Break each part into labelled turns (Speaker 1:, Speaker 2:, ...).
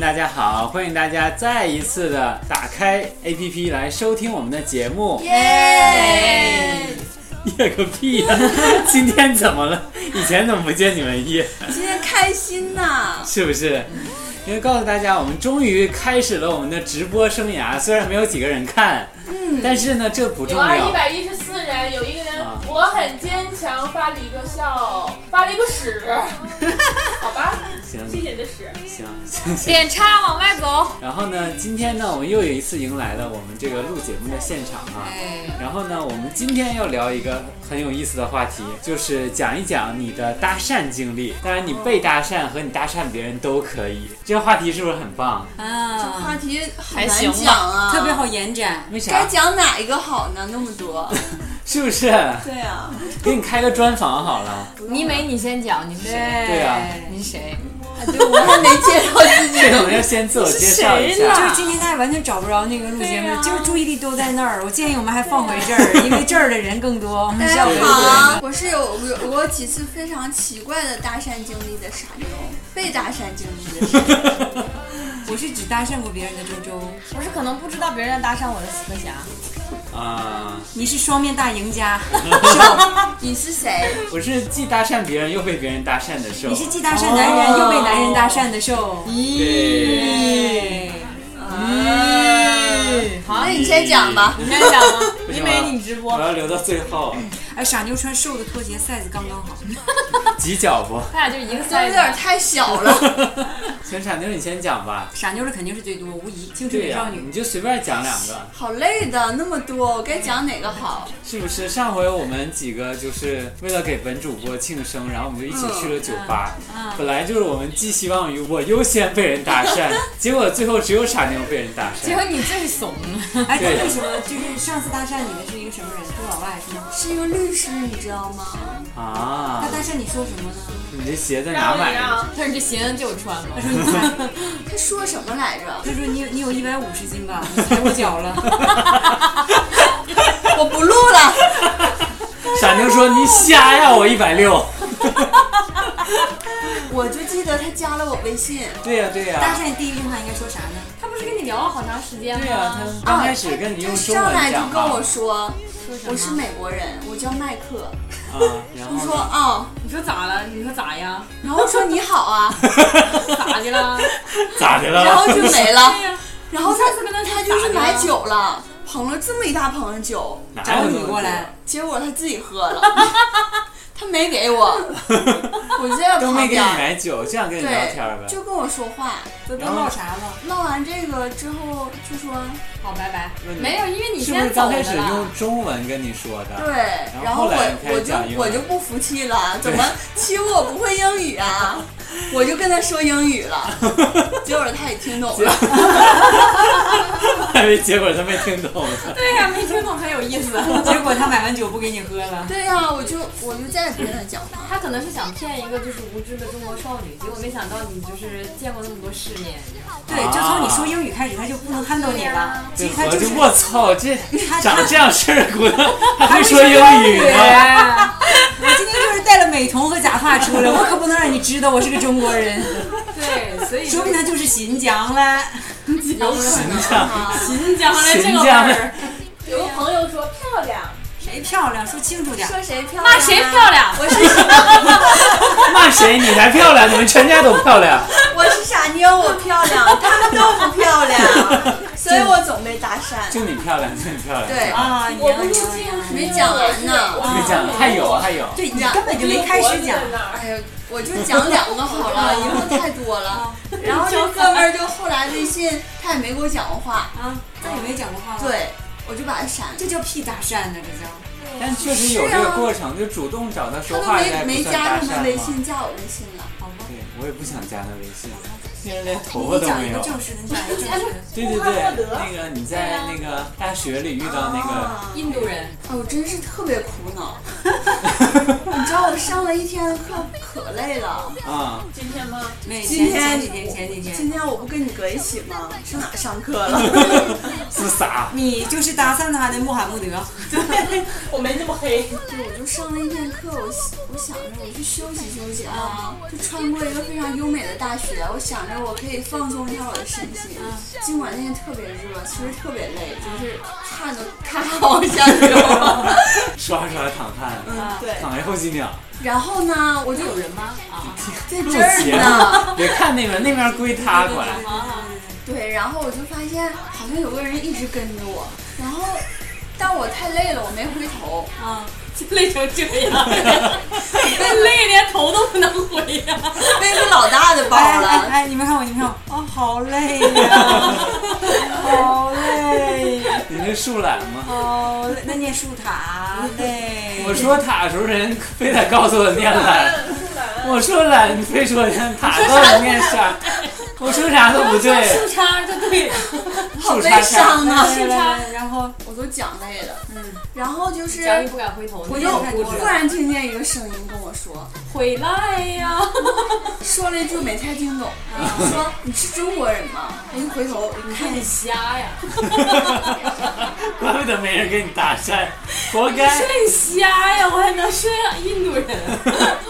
Speaker 1: 大家好，欢迎大家再一次的打开 APP 来收听我们的节目。
Speaker 2: 耶！
Speaker 1: 夜个屁呀、今天怎么了？以前怎么不见你们夜？
Speaker 2: 今天开心呐、
Speaker 1: 是不是？因为告诉大家，我们终于开始了我们的直播生涯，虽然没有几个人看，但是呢，这不重
Speaker 3: 嗯有二一
Speaker 1: 要。
Speaker 3: 百一十四人，有一个人、
Speaker 1: 啊
Speaker 3: 我很坚强，发了一个笑，发了一个屎，好吧，
Speaker 1: 行
Speaker 3: 谢谢你的屎。
Speaker 1: 行行行。
Speaker 4: 点叉往外走，
Speaker 1: 然后呢，今天呢，我们又有一次迎来了我们这个录节目的现场啊。
Speaker 2: 哎，
Speaker 1: 然后呢，我们今天要聊一个很有意思的话题，就是讲一讲你的搭讪经历。当然，你被搭讪和你搭讪别人都可以。这个话题是不是很棒？
Speaker 2: 话
Speaker 4: 啊，
Speaker 2: 题很
Speaker 4: 还
Speaker 2: 难
Speaker 4: 行
Speaker 2: 讲
Speaker 4: 吧，
Speaker 2: 啊，
Speaker 4: 特别。好延展。
Speaker 1: 为啥
Speaker 2: 该？讲哪一个好呢？那么多。
Speaker 1: 是不是？
Speaker 2: 对啊，
Speaker 1: 给你开个专访好 了。
Speaker 4: 你美，你先讲，你是谁？
Speaker 1: 对啊
Speaker 4: 你是谁？
Speaker 2: 对我还没介绍自己
Speaker 1: 这哎个我们要先自我介绍一
Speaker 2: 谁呢
Speaker 1: 下。
Speaker 4: 就 是今天大家完全找不着那个录节目，
Speaker 3: 对啊
Speaker 4: 就是注意力都在那儿。我建议我们还放回这 儿，因为这儿的人更多。我们
Speaker 2: 大
Speaker 4: 效
Speaker 2: 家
Speaker 4: 率
Speaker 2: 好，我是有有我有几次非常奇怪的搭讪经历的傻妞，被搭讪经历的傻妞。
Speaker 4: 我是只搭讪过别人的周周，
Speaker 5: 我是可能不知道别人搭讪我的死侠，
Speaker 1: 啊、
Speaker 4: 你是双面大赢家，是吧
Speaker 2: 你是谁？
Speaker 1: 我是既搭讪别人又被别人搭讪的受
Speaker 4: 你。是既搭讪男
Speaker 5: 哦
Speaker 4: 人又被男人搭讪的受。咦，
Speaker 1: 对
Speaker 2: 那你先讲吧。
Speaker 5: 你先讲吗？
Speaker 1: 为什
Speaker 5: 因
Speaker 1: 么
Speaker 5: 为你直
Speaker 1: 我
Speaker 5: 播，
Speaker 1: 要留到最 后，
Speaker 4: 哎，傻妞穿瘦的拖鞋，size 刚刚好。
Speaker 1: 挤脚 不？
Speaker 5: 他俩就一个
Speaker 2: 这
Speaker 5: 赛
Speaker 2: 有点太 小了。
Speaker 1: 行，傻妞你先讲吧。
Speaker 4: 傻妞的肯定是最多，无疑，青春
Speaker 1: 对
Speaker 4: 美
Speaker 1: 呀、
Speaker 4: 少女
Speaker 1: 你。就随便讲两个，
Speaker 2: 好累的，那么多，我该讲哪个好？
Speaker 1: 是不是？上回我们几个就是为了给本主播庆生，然后我们就一起去了酒吧。
Speaker 5: 嗯
Speaker 1: 本来就是我们寄希望于我优先被人搭讪，结果最后只有傻妞被人搭
Speaker 5: 结
Speaker 1: 讪。
Speaker 5: 果你最怂，
Speaker 4: 哎，他
Speaker 1: 对
Speaker 4: 为什么就是上次搭讪你的是一个什么人？是老外是吗？
Speaker 2: 是一个律师，你知道吗？
Speaker 1: 啊
Speaker 4: 他，搭讪你说什么呢？
Speaker 1: 你这鞋在哪
Speaker 3: 让
Speaker 1: 买
Speaker 3: 你
Speaker 1: 的？
Speaker 3: 让
Speaker 5: 但是这鞋能借我穿吗？
Speaker 2: 他说什么来着？
Speaker 4: 他说你有你有一百五十斤 吧，你踩我脚了。
Speaker 2: 我不录了。
Speaker 1: 傻妞说：“你瞎呀，我一百六。
Speaker 2: 我就记得他加了我微信，”
Speaker 1: 对呀、对呀、
Speaker 4: 搭讪你第一句话应该说啥呢？
Speaker 5: 他不是跟你聊了好长时间
Speaker 1: 对呀、
Speaker 5: 吗？
Speaker 1: 他刚开始跟你用
Speaker 2: 啊他
Speaker 1: 中
Speaker 2: 上来
Speaker 1: 文
Speaker 2: 就
Speaker 1: 讲
Speaker 2: 跟
Speaker 1: 嘛
Speaker 2: 我，说
Speaker 5: 说什：“么
Speaker 2: 我是美国人，我叫麦克。
Speaker 1: 啊，然”
Speaker 2: 我
Speaker 1: 后
Speaker 2: 说：“啊。
Speaker 5: 你说咋了？你说咋呀？”
Speaker 2: 然后我说：“你好啊。
Speaker 5: 咋的了？
Speaker 1: 咋的”
Speaker 2: 然后
Speaker 1: 了？
Speaker 2: 就没了
Speaker 4: 啊
Speaker 5: 对。呀，
Speaker 2: 然后
Speaker 5: 上次
Speaker 2: 他
Speaker 5: 跟他
Speaker 2: 他就是买酒了，捧了这么一大捧的酒，
Speaker 1: 哪
Speaker 4: 找
Speaker 1: 有那
Speaker 4: 你
Speaker 1: 么
Speaker 4: 过
Speaker 1: 多
Speaker 4: 来，
Speaker 2: 结果他自己喝了， 他没给我， 我就在
Speaker 1: 都没
Speaker 2: 旁
Speaker 1: 给你
Speaker 2: 边。
Speaker 1: 买酒，这样跟你聊天儿
Speaker 2: 对，
Speaker 1: 呗。
Speaker 2: 就跟我说话。
Speaker 4: 都都
Speaker 1: 然后
Speaker 4: 唠啥了？
Speaker 2: 闹完这个之后就说
Speaker 1: 啊
Speaker 5: 好，拜拜
Speaker 1: 问。你
Speaker 5: 没有，因为你
Speaker 1: 是不是
Speaker 5: 先走
Speaker 1: 刚开
Speaker 5: 的
Speaker 1: 始
Speaker 5: 了。
Speaker 1: 用中文跟你说的？
Speaker 2: 对，
Speaker 1: 然
Speaker 2: 然
Speaker 1: 后
Speaker 2: 后
Speaker 1: 后来
Speaker 2: 我
Speaker 1: 你开
Speaker 2: 我
Speaker 1: 始讲英
Speaker 2: 就
Speaker 1: 文
Speaker 2: 我就不服 气了，怎么欺负我不会英语啊？我就跟他说英语了，结果他也听懂了。
Speaker 1: 还没 结果他没听懂 呢。
Speaker 5: 对呀，没听懂很有意思。
Speaker 4: 结果他买完酒不给你喝了。
Speaker 2: 对呀、我就我就再也不跟他讲话。
Speaker 5: 他可能是想骗一个就是无知的中国少女，结果没想到你就是见过那么多世面。
Speaker 4: 对，就从你说英语开始，他就不能撼动你了。其
Speaker 1: 对，
Speaker 4: 实他
Speaker 1: 我
Speaker 4: 就
Speaker 1: 就是我操，这
Speaker 4: 他
Speaker 1: 长
Speaker 4: 他
Speaker 1: 这样式儿骨头还会说英语呢？
Speaker 4: 哎我今天就是戴了美瞳和假发出来，我可不能让你知道我是个中国人，
Speaker 5: 对，所以
Speaker 4: 说不定他就是新疆了。
Speaker 2: 有
Speaker 1: 形象
Speaker 5: 新疆的这
Speaker 1: 形
Speaker 5: 个味
Speaker 1: 象
Speaker 5: 儿。
Speaker 3: 有个朋友说漂亮，
Speaker 4: 谁漂亮？说清楚点。
Speaker 2: 说谁漂亮、啊
Speaker 5: 骂谁漂？亮？
Speaker 2: 我 是
Speaker 1: 骂谁你才漂亮？你们全家都漂亮。
Speaker 2: 我是傻妞，我漂亮，他们都不漂亮，所以我总被搭讪。
Speaker 1: 就你漂亮，就你漂亮。
Speaker 2: 对，
Speaker 4: 啊，
Speaker 3: 我
Speaker 4: 呀
Speaker 3: 不入
Speaker 4: 呀
Speaker 3: 境
Speaker 4: 呀
Speaker 2: 没讲完呢
Speaker 1: 没讲，还有啊还有，
Speaker 4: 对你根本就没开始讲。
Speaker 2: 哎呀，我就讲两个好 了，一共太多了。然后这哥们儿就后来微信他也没给我讲过话，
Speaker 4: 啊，再也没讲过话了。，
Speaker 2: 对我就把他删了。
Speaker 4: 这叫屁搭讪呢，这叫。
Speaker 1: 但确实有这个过程，就主动找他
Speaker 2: 他
Speaker 1: 说
Speaker 2: 都
Speaker 1: 话，应该
Speaker 2: 没
Speaker 1: 不
Speaker 2: 没
Speaker 1: 算
Speaker 2: 加
Speaker 1: 搭
Speaker 2: 他
Speaker 1: 讪
Speaker 2: 们微
Speaker 1: 吗？
Speaker 2: 信，加我微信了。
Speaker 4: 好吧。
Speaker 1: 对，我也不想加他微信，现在连头发
Speaker 4: 你
Speaker 1: 都
Speaker 4: 讲
Speaker 1: 没
Speaker 4: 一个
Speaker 1: 有。
Speaker 4: 正式的，你
Speaker 5: 哎
Speaker 4: 讲一个正式的。
Speaker 1: 对对对，那个你在那个大学里遇到那个
Speaker 2: 啊
Speaker 5: 印度人，
Speaker 2: 哎，我真是特别苦恼，你知道我上了一天的课，可累了。
Speaker 1: 啊，
Speaker 3: 今天吗？
Speaker 4: 没
Speaker 2: 今天
Speaker 4: 前几天前几天，
Speaker 2: 今天我不跟你搁一起吗？上哪上课 了？
Speaker 1: 自傻。
Speaker 4: 你就是搭讪他的穆罕默 德。
Speaker 3: 我没那么黑。
Speaker 2: 就我就上了一天课，我我想着我去休息休息啊，就穿过一个非常优美的大学，我想着我可以放松一下我的身心。尽管那天特别热，其实特别累，就是汗都咔咔往下流。
Speaker 1: 刷刷躺汗，
Speaker 2: 嗯， 对。
Speaker 1: 躺下后几秒。
Speaker 2: 然后呢，我就
Speaker 5: 有人吗？啊，
Speaker 2: 在
Speaker 1: 录
Speaker 2: 这
Speaker 1: 节
Speaker 2: 儿呢。
Speaker 1: 目， 别看那边，那边归他管。
Speaker 4: 啊
Speaker 2: 对，然后我就发现好像有个人一直跟着我，然后但我太累了，我没回头。
Speaker 4: 啊，
Speaker 5: 累成这样，累连头都不能回呀、
Speaker 2: 背着老大的包
Speaker 4: 哎哎
Speaker 2: 了，
Speaker 4: 哎，你们看我，你们看我，哦，好累 呀，好累，
Speaker 1: 你那树懒吗？
Speaker 4: 好累，哦那念书塔累。
Speaker 1: 我说塔的时候，人非得告诉我念 懒。我说懒，你非说念塔，到底念 啥？我说啥都不对，
Speaker 5: 树杈就对了，
Speaker 2: 好
Speaker 1: 树
Speaker 2: 悲
Speaker 1: 杈下。
Speaker 2: 伤啊！
Speaker 4: 来来来来然后
Speaker 2: 我都讲累了，
Speaker 4: 嗯，
Speaker 2: 然后就是
Speaker 5: 佳玉不敢回头，
Speaker 2: 我
Speaker 5: 就
Speaker 2: 就
Speaker 4: 了
Speaker 2: 突然听见一个声音跟我说，
Speaker 5: 回来呀、
Speaker 2: 说了一句没太听懂，说你是中国人吗？我一回头一看
Speaker 5: 你瞎呀，
Speaker 1: 怪不得没人跟你搭讪，活该。
Speaker 5: 睡瞎呀，我还能睡上印度人？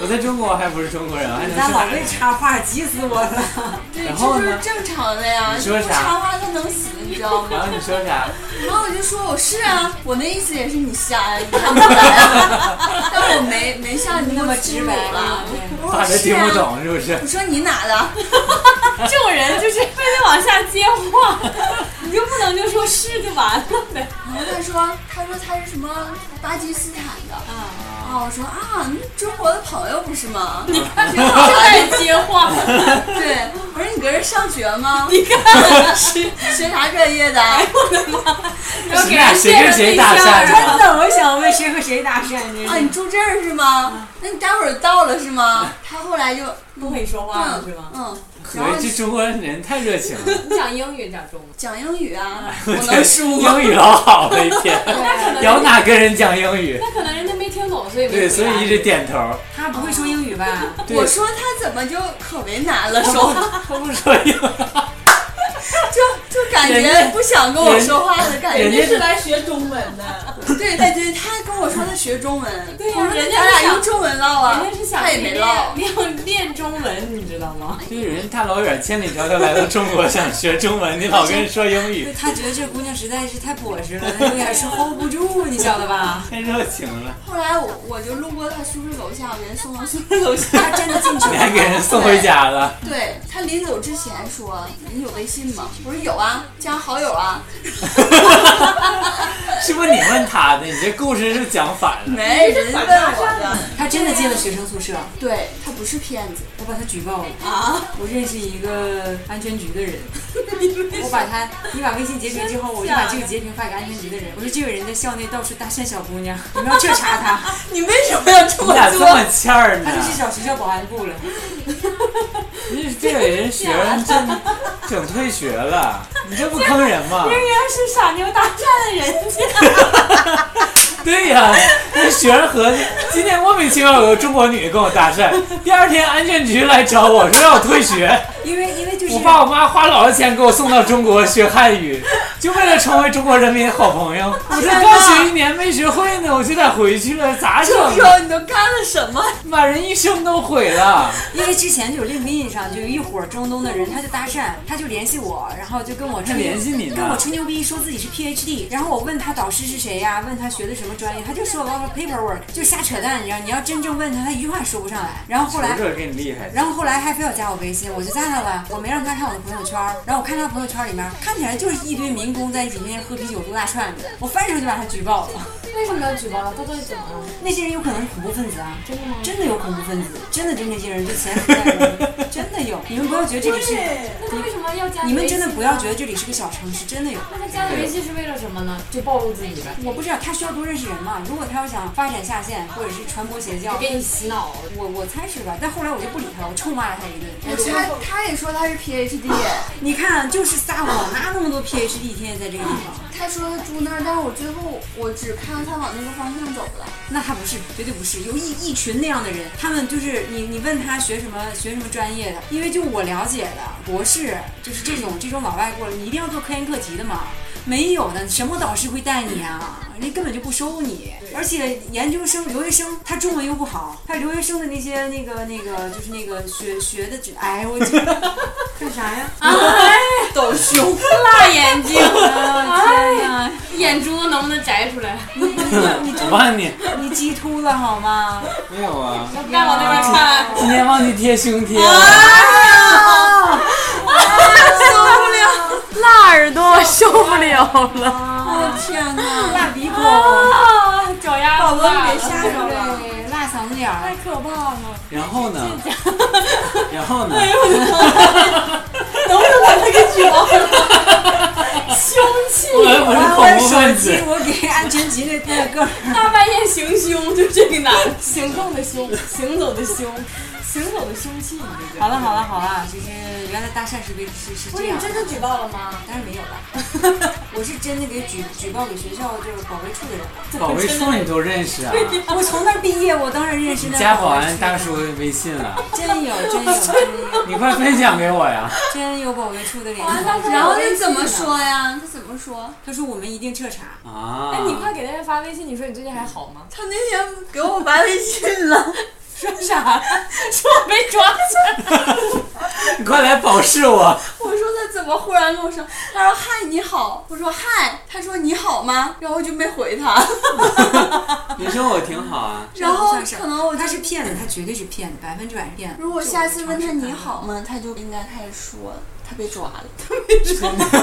Speaker 1: 我在中国还不是中国人，我还能
Speaker 4: 咱
Speaker 1: 是
Speaker 4: 老
Speaker 1: 哪
Speaker 4: 被
Speaker 1: 人？
Speaker 4: 插话，急死我了。
Speaker 2: 对，
Speaker 1: 然后
Speaker 2: 这就
Speaker 1: 呢
Speaker 2: 是正常的呀，
Speaker 1: 你
Speaker 2: 这
Speaker 1: 说
Speaker 2: 不
Speaker 1: 啥
Speaker 2: 插话他能死，你知道吗？
Speaker 1: 然后你说啥？
Speaker 2: 然后我就说我是啊，我那意思也是你瞎呀，你看不出来啊， 但我没没像你那么
Speaker 4: 直
Speaker 2: 粗鲁
Speaker 4: 白
Speaker 2: 了
Speaker 4: 啊，
Speaker 2: 我说
Speaker 1: 怕
Speaker 2: 我
Speaker 1: 人
Speaker 2: 是
Speaker 1: 听不
Speaker 2: 啊。
Speaker 1: 懂是不是？
Speaker 2: 我说你哪的？
Speaker 5: 这种人就是非得往下接话， 你就不能就说是就完了 呗？
Speaker 2: 然后他说，他说他是什么巴基斯坦的。啊，我说啊，你中国的朋友不是吗？你看挺好
Speaker 5: 就
Speaker 2: 的。
Speaker 5: 在接话，
Speaker 2: 对，我说你搁这上学吗？
Speaker 5: 你看是，哎
Speaker 2: 学啥专业的？
Speaker 5: 然后
Speaker 1: 你
Speaker 5: 给
Speaker 1: 俩
Speaker 5: 人
Speaker 1: 谁
Speaker 5: 变
Speaker 1: 跟
Speaker 5: 成
Speaker 1: 谁
Speaker 5: 对
Speaker 1: 搭
Speaker 5: 象
Speaker 1: 讪
Speaker 5: 了。
Speaker 1: 呢？
Speaker 4: 真的，我想问谁和谁搭讪呢？
Speaker 2: 啊，你住这儿是
Speaker 5: 嗯
Speaker 2: 吗？那你待会儿到了是吗？他后来就
Speaker 5: 不会说话嗯了
Speaker 2: 嗯
Speaker 5: 是吧？
Speaker 2: 嗯，然后
Speaker 1: 我这中国人太热情了，
Speaker 5: 你讲英语讲中文，
Speaker 2: 讲英语
Speaker 5: 哎
Speaker 2: 啊，我能输吗？
Speaker 1: 英语老好了一天，
Speaker 5: 那可能
Speaker 1: 有哪跟人讲英语？
Speaker 5: 那可能人家没听懂，所以没
Speaker 1: 对，
Speaker 5: 回
Speaker 1: 所以一直点头。
Speaker 4: 他不会说英语吧？
Speaker 1: 对
Speaker 2: 我说他怎么就可为难了，说话
Speaker 1: 他不说英语，
Speaker 2: 就就感
Speaker 1: 人
Speaker 2: 觉
Speaker 1: 家
Speaker 2: 不想跟我说话的感
Speaker 1: 人家
Speaker 2: 觉。
Speaker 3: 人家是来学中文的，
Speaker 2: 对对对，他跟我说他学中文，
Speaker 5: 对呀
Speaker 2: 我说
Speaker 5: 人
Speaker 2: 那
Speaker 5: 家
Speaker 2: 咱俩
Speaker 5: 是想
Speaker 2: 用中文唠啊
Speaker 5: 人家是，想
Speaker 2: 他也没唠。
Speaker 5: 练练中文，你知道吗？
Speaker 1: 就是人大老远千里迢迢来到中国，想学中文，你老跟人说英语，
Speaker 4: 他觉得这姑娘实在是太朴实了，他有点是 hold 不住，你晓得吧？
Speaker 1: 太热情了，
Speaker 2: 后来我我就路过他宿舍楼下，我给他送到宿舍楼下。
Speaker 4: 他真的进去
Speaker 1: 你还
Speaker 4: 了。
Speaker 1: 给人送回家了。
Speaker 2: 对他临走之前说：“你有微信吗？”我说：“有啊，加好友啊。
Speaker 1: 是不是你问他的？你这故事是不是讲反”了？
Speaker 2: 没人问我的。
Speaker 4: 他真的进了学生宿舍，
Speaker 2: 对他不是骗子，
Speaker 4: 我把他举报了啊！我认识一个安全局的 人，我把他，你把微信截屏之后，我就把这个截屏发给安全局的人，我说这个人在校内到处搭讪小姑娘，你们要彻查他。
Speaker 2: 你为什么要这
Speaker 1: 你
Speaker 2: 么
Speaker 1: 咋这
Speaker 2: 做？
Speaker 1: 么欠儿呢
Speaker 4: 他就？去找学校保安 部了。
Speaker 1: 你这给人学生整整退学了，你这不坑人吗？
Speaker 5: 人家是傻妞搭讪的人家，
Speaker 1: 对呀、那学生合计，今天莫名其妙有个中国女的跟我搭讪，第二天安全局来找我说让我退学，
Speaker 4: 因为因为就是
Speaker 1: 我爸我妈花老多钱给我送到中国学汉语，就为了成为中国人民的好朋友。我这刚学一年没学会呢，我就得回去了，咋整
Speaker 2: 周
Speaker 1: 啊？
Speaker 2: 周，你都干了什么？
Speaker 1: 把人一生都毁了。
Speaker 4: 因为之前就有 LinkedIn 上就有一伙中东的人，他就搭讪，他就联系我，然后就跟我吹
Speaker 1: 还联系你呢
Speaker 4: 跟我吹牛逼，说自己是 PhD，然后我问他导师是谁呀，问他学的什么专业，他就说我要 paperwork，就瞎扯淡，你知道？你要真正问他，他一句话说不上来。然后后来
Speaker 1: 我。这给你厉害，
Speaker 4: 然后后来还非要加我微信，我就加他了，我没让他看我的朋友圈儿。然后我看他朋友圈里面，看起来就是一堆民工在一起天天喝啤酒撸大串子，我翻手就把他举报了。
Speaker 5: 为什么要举报他？他到底怎么了？
Speaker 4: 那些人有可能是恐怖分子啊，
Speaker 5: 真的吗？
Speaker 4: 真的有恐怖分子，真的就是那些人，就潜伏在我 们真的有。你们不要觉得这里是，
Speaker 5: 那他为什么要加？
Speaker 4: 你们真的不要觉得。这里是个小城市，真的有。
Speaker 5: 那他加你微信是为了什么呢？就暴露自己呗，
Speaker 4: 我不知啊道他需要多认识人嘛？如果他要想发展下线或者是传播邪教
Speaker 5: 就，给你洗脑。
Speaker 4: 我我猜是吧？但后来我就不理他，我臭骂了他一顿。我说
Speaker 2: 他他也说他是 PhD，
Speaker 4: 你看，就是撒谎，哪有那么多 PhD 天天在这个地方？
Speaker 2: 他说他住那儿，但是我最后我只看到他往那个方向走了。
Speaker 4: 那还不是，绝对不是，有一一群那样的人，他们就是你你问他学什么学什么专业的，因为就我了解的博士就是这种这种往外过来，你一定要做科研课题的嘛，没有的，什么导师会带你啊？人家根本就不收你，而且研究生、留学生他中文又不好，还有留学生的那些那个那个就是那个学学的，哎我去，干啥呀？
Speaker 2: 抖胸，
Speaker 5: 辣眼睛，
Speaker 4: 啊天哪！
Speaker 5: 眼珠能不能摘出 来？
Speaker 4: 你你你
Speaker 1: 我帮你，
Speaker 4: 你激秃了好吗？
Speaker 1: 没有啊，
Speaker 5: 再往那边看。啊
Speaker 1: 今天忘记贴胸贴了。
Speaker 5: 辣耳朵受不了了，
Speaker 2: 我天哪！
Speaker 4: 辣鼻孔，
Speaker 5: 啊，脚丫
Speaker 2: 保
Speaker 5: 子
Speaker 2: 温别
Speaker 5: 辣，
Speaker 2: 吓着了。
Speaker 4: 对，辣嗓子眼儿。
Speaker 5: 太可怕了。
Speaker 1: 然后呢？然后
Speaker 5: 哎
Speaker 1: 呢？
Speaker 5: 凶器，啊
Speaker 1: 我们不是
Speaker 4: 我
Speaker 1: 恐
Speaker 4: 的
Speaker 1: 怖
Speaker 4: 手
Speaker 1: 分子
Speaker 4: 机，，我给安全局那那个
Speaker 5: 大半夜行凶，就这个男的，行动的凶，行走的凶，行走的凶器，你这
Speaker 4: 好了好了好了，就是原来搭讪是被是是这样，
Speaker 5: 的举报了吗？
Speaker 4: 当然没有了。我是真的给举举报给学校就是保卫处的人了。
Speaker 1: 保卫处你都认识啊？
Speaker 4: 我从那儿毕业，我当然认识那
Speaker 1: 加
Speaker 4: 保
Speaker 1: 保
Speaker 4: 卫
Speaker 1: 安
Speaker 4: 处
Speaker 1: 大叔的微信了，
Speaker 4: 真有真有真有
Speaker 1: 你快分享给我呀！
Speaker 4: 真有保卫处的联
Speaker 5: 那
Speaker 4: 系。
Speaker 5: 他
Speaker 2: 然后他怎么说呀？他怎么说？
Speaker 4: 他说我们一定彻查，
Speaker 1: 啊，
Speaker 5: 哎，你快给大家发微信，你说你最近还好吗？
Speaker 2: 他那天给我发微信了，
Speaker 5: 说啥？说我被抓起来。
Speaker 1: 你快来保释我！
Speaker 2: 我说他怎么忽然跟我说？他说嗨你好，我说嗨，他说你好吗？然后我就没回他，
Speaker 1: 你说我挺好啊，
Speaker 2: 然后
Speaker 4: 这不算事儿
Speaker 2: 可能我
Speaker 4: 他
Speaker 2: 就是
Speaker 4: 骗子，他绝对是骗子，百分之百是骗子。
Speaker 2: 如果
Speaker 4: 就
Speaker 2: 下次问他
Speaker 4: 尝试
Speaker 2: 你
Speaker 4: 看看
Speaker 2: 好，吗，他就应该开始说他被抓了。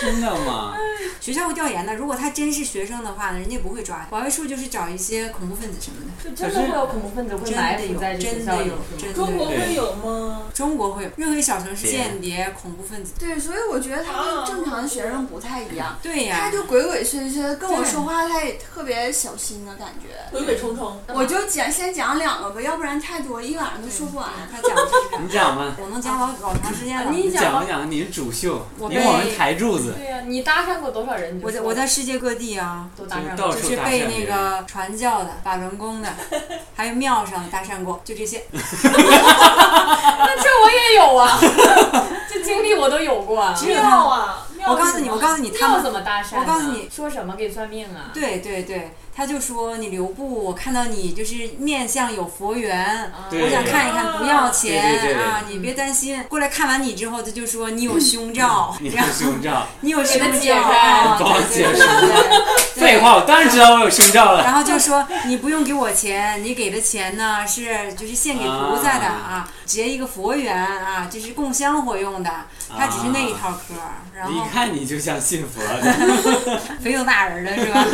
Speaker 1: 真的吗？
Speaker 4: 学校会调研的。如果他真是学生的话呢，人家不会抓的。保卫处就是找一些恐怖分子什么的，
Speaker 5: 就真的会有恐怖分子会
Speaker 4: 真
Speaker 5: 埋
Speaker 4: 的
Speaker 5: 伏
Speaker 4: 有
Speaker 5: 在，这学
Speaker 4: 真
Speaker 5: 校
Speaker 4: 的
Speaker 5: 里
Speaker 4: 有，，
Speaker 5: 是吗
Speaker 4: 真的有。
Speaker 1: 对
Speaker 3: 有吗？
Speaker 4: 中国会有任何一个小城市间谍、恐怖分子。
Speaker 2: 对，所以我觉得他跟正常的学生不太一样，
Speaker 4: 对呀、
Speaker 2: 他就鬼鬼祟祟的跟我说话，他也特别小心的感觉。
Speaker 3: 鬼鬼冲冲，
Speaker 2: 我就讲先讲两个吧，要不然太多，一晚上都说不完。
Speaker 4: 他讲的就是这样
Speaker 1: 你讲吧，
Speaker 4: 我能讲老老长时间了。
Speaker 5: 你
Speaker 1: 你讲
Speaker 5: 讲
Speaker 1: 吧，讲吧，你是主秀，
Speaker 4: 我
Speaker 1: 你
Speaker 4: 被
Speaker 1: 我们台柱子，
Speaker 5: 对呀、你搭讪过多少人？你就
Speaker 4: 我在
Speaker 5: 说
Speaker 4: 我在世界各地啊，
Speaker 5: 都搭讪
Speaker 1: 到
Speaker 5: 过
Speaker 1: 处。
Speaker 4: 就是被那个传教的、法轮功的，还有庙上搭讪过，就这些。
Speaker 5: 那这我也有 啊，这经历我都有过啊。
Speaker 4: 只有
Speaker 3: 妙
Speaker 4: 他，
Speaker 3: 啊！妙
Speaker 4: 我告诉你，我告诉你，他
Speaker 5: 要
Speaker 4: 们
Speaker 5: 怎么搭讪呢？啊
Speaker 4: 我告诉你
Speaker 5: 说什么给算命啊？
Speaker 4: 对对对，他就说你留步，我看到你就是面相有佛缘。
Speaker 5: 啊
Speaker 1: 对
Speaker 4: 我想看一看，不要钱
Speaker 1: 对对对
Speaker 4: 啊！你别担心，过来看完你之后，他就说你有胸 罩，
Speaker 1: 你
Speaker 4: 然
Speaker 1: 是
Speaker 4: 后
Speaker 1: 胸罩，
Speaker 4: 你有胸
Speaker 5: 给他解
Speaker 4: 罩
Speaker 5: 释
Speaker 4: 啊，
Speaker 1: 帮我
Speaker 4: 对对
Speaker 1: 解释
Speaker 4: 对对对
Speaker 1: 废话，我当然知道我有胸罩了。
Speaker 4: 然后就说你不用给我钱，你给的钱呢是就是献给菩萨的啊，结一个佛缘啊，就是供香火用的，他只是那一套嗑儿。然
Speaker 1: 一
Speaker 4: 后
Speaker 1: 看啊你就像信 佛的，
Speaker 4: 肥头大耳的是吧？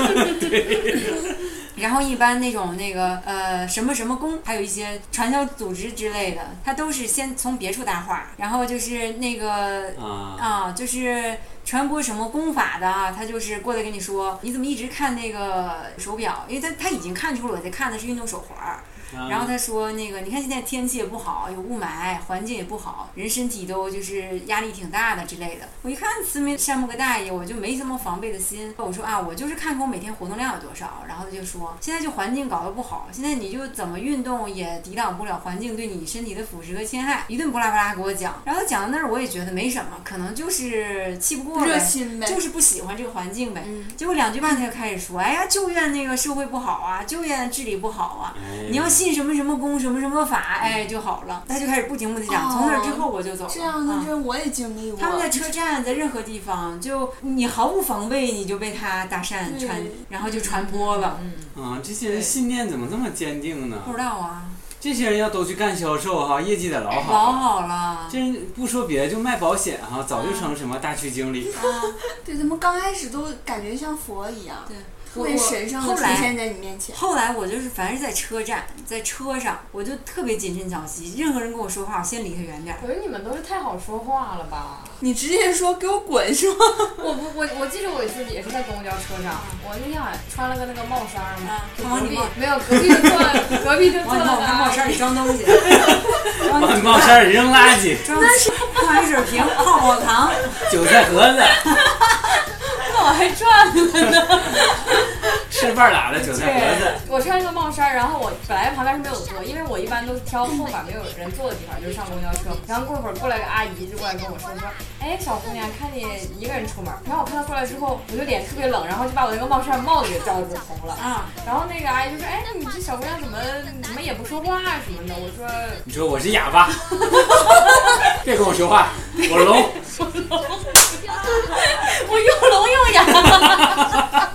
Speaker 4: 然后一般那种那个呃什么什么宫，还有一些传销组织之类的，他都是先从别处搭话，然后就是那个
Speaker 1: 啊，
Speaker 4: 啊，就是全国什么功法的啊，他就是过来跟你说，你怎么一直看那个手表？因为他他已经看出了我在看的是运动手环儿。
Speaker 1: 嗯
Speaker 4: 然后他说那个，你看现在天气也不好，有雾霾，环境也不好，人身体都就是压力挺大的之类的。我一看慈眉善目个大爷，我就没什么防备的心。我说啊，我就是看看我每天活动量有多少。然后他就说，现在就环境搞得不好，现在你就怎么运动也抵挡不了环境对你身体的腐蚀和侵害。一顿巴拉巴拉给我讲，然后讲到那儿我也觉得没什么，可能就是气不过呗
Speaker 2: 热心呗
Speaker 4: 就是不喜欢这个环境呗。
Speaker 2: 嗯
Speaker 4: 结果两句半他就开始说，哎呀，就怨那个社会不好啊，就怨治理不好
Speaker 1: 哎
Speaker 4: 啊。你要信什么什么公什么什么法，哎就好了。他就开始不停不停讲，
Speaker 2: 哦
Speaker 4: 从那儿之后我就走了。
Speaker 2: 这样
Speaker 4: 啊
Speaker 2: 的人我也经历过。
Speaker 4: 他们在车站，在任何地方，就你毫无防备，你就被他搭讪
Speaker 2: 对
Speaker 4: 传，然后就传播了。嗯
Speaker 1: 啊，这些人信念怎么这么坚定呢
Speaker 4: 不？知道啊，
Speaker 1: 这些人要都去干销售哈，业绩得老
Speaker 4: 老
Speaker 1: 好。
Speaker 4: 好了，
Speaker 1: 这人不说别的，就卖保险哈，早就成什么大区经理。
Speaker 4: 啊
Speaker 2: 对他们刚开始都感觉像佛一样，
Speaker 4: 对
Speaker 2: 特别
Speaker 4: 我
Speaker 2: 神圣的
Speaker 4: 后
Speaker 2: 出
Speaker 4: 来
Speaker 2: 现在你面前。
Speaker 4: 后来我就是，凡是在车站，在车上，我就特别谨慎小心，任何人跟我说话，我先离他远点儿。
Speaker 5: 可是你们都是太好说话了吧？
Speaker 2: 你直接说给我滚是吗？
Speaker 5: 我不，我我记得我有一次也是在公交车上，我那天好像穿了个那个帽衫儿嘛
Speaker 4: 啊，
Speaker 5: 就
Speaker 4: 往
Speaker 5: 隔
Speaker 4: 你
Speaker 5: 壁
Speaker 4: 帽
Speaker 5: 没有隔壁就坐了，隔壁就坐
Speaker 4: 往你帽
Speaker 5: 了个
Speaker 4: 往帽衫里装东西，装
Speaker 1: 往帽衫里扔垃圾，
Speaker 4: 装矿泉水瓶、泡泡糖，
Speaker 1: 韭菜盒子，
Speaker 4: 那
Speaker 5: 我还赚了呢。
Speaker 1: 是半拉的韭菜盒子。
Speaker 5: 我穿一个帽衫，然后我本来旁边是没有座，因为我一般都挑后面没有人坐的地方，就是上公交车。然后过会儿过来个阿姨就过来跟我说说，哎，小姑娘，看你一个人出门。然后我看她过来之后，我就脸特别冷，然后就把我那个帽衫帽子给罩住红了。
Speaker 4: 啊，
Speaker 5: 然后那个阿姨就说，哎，你这小姑娘怎么怎么也不说话什么的？我说
Speaker 1: 你说我是哑 巴，别跟我说话，我聋。
Speaker 5: 我又聋又哑。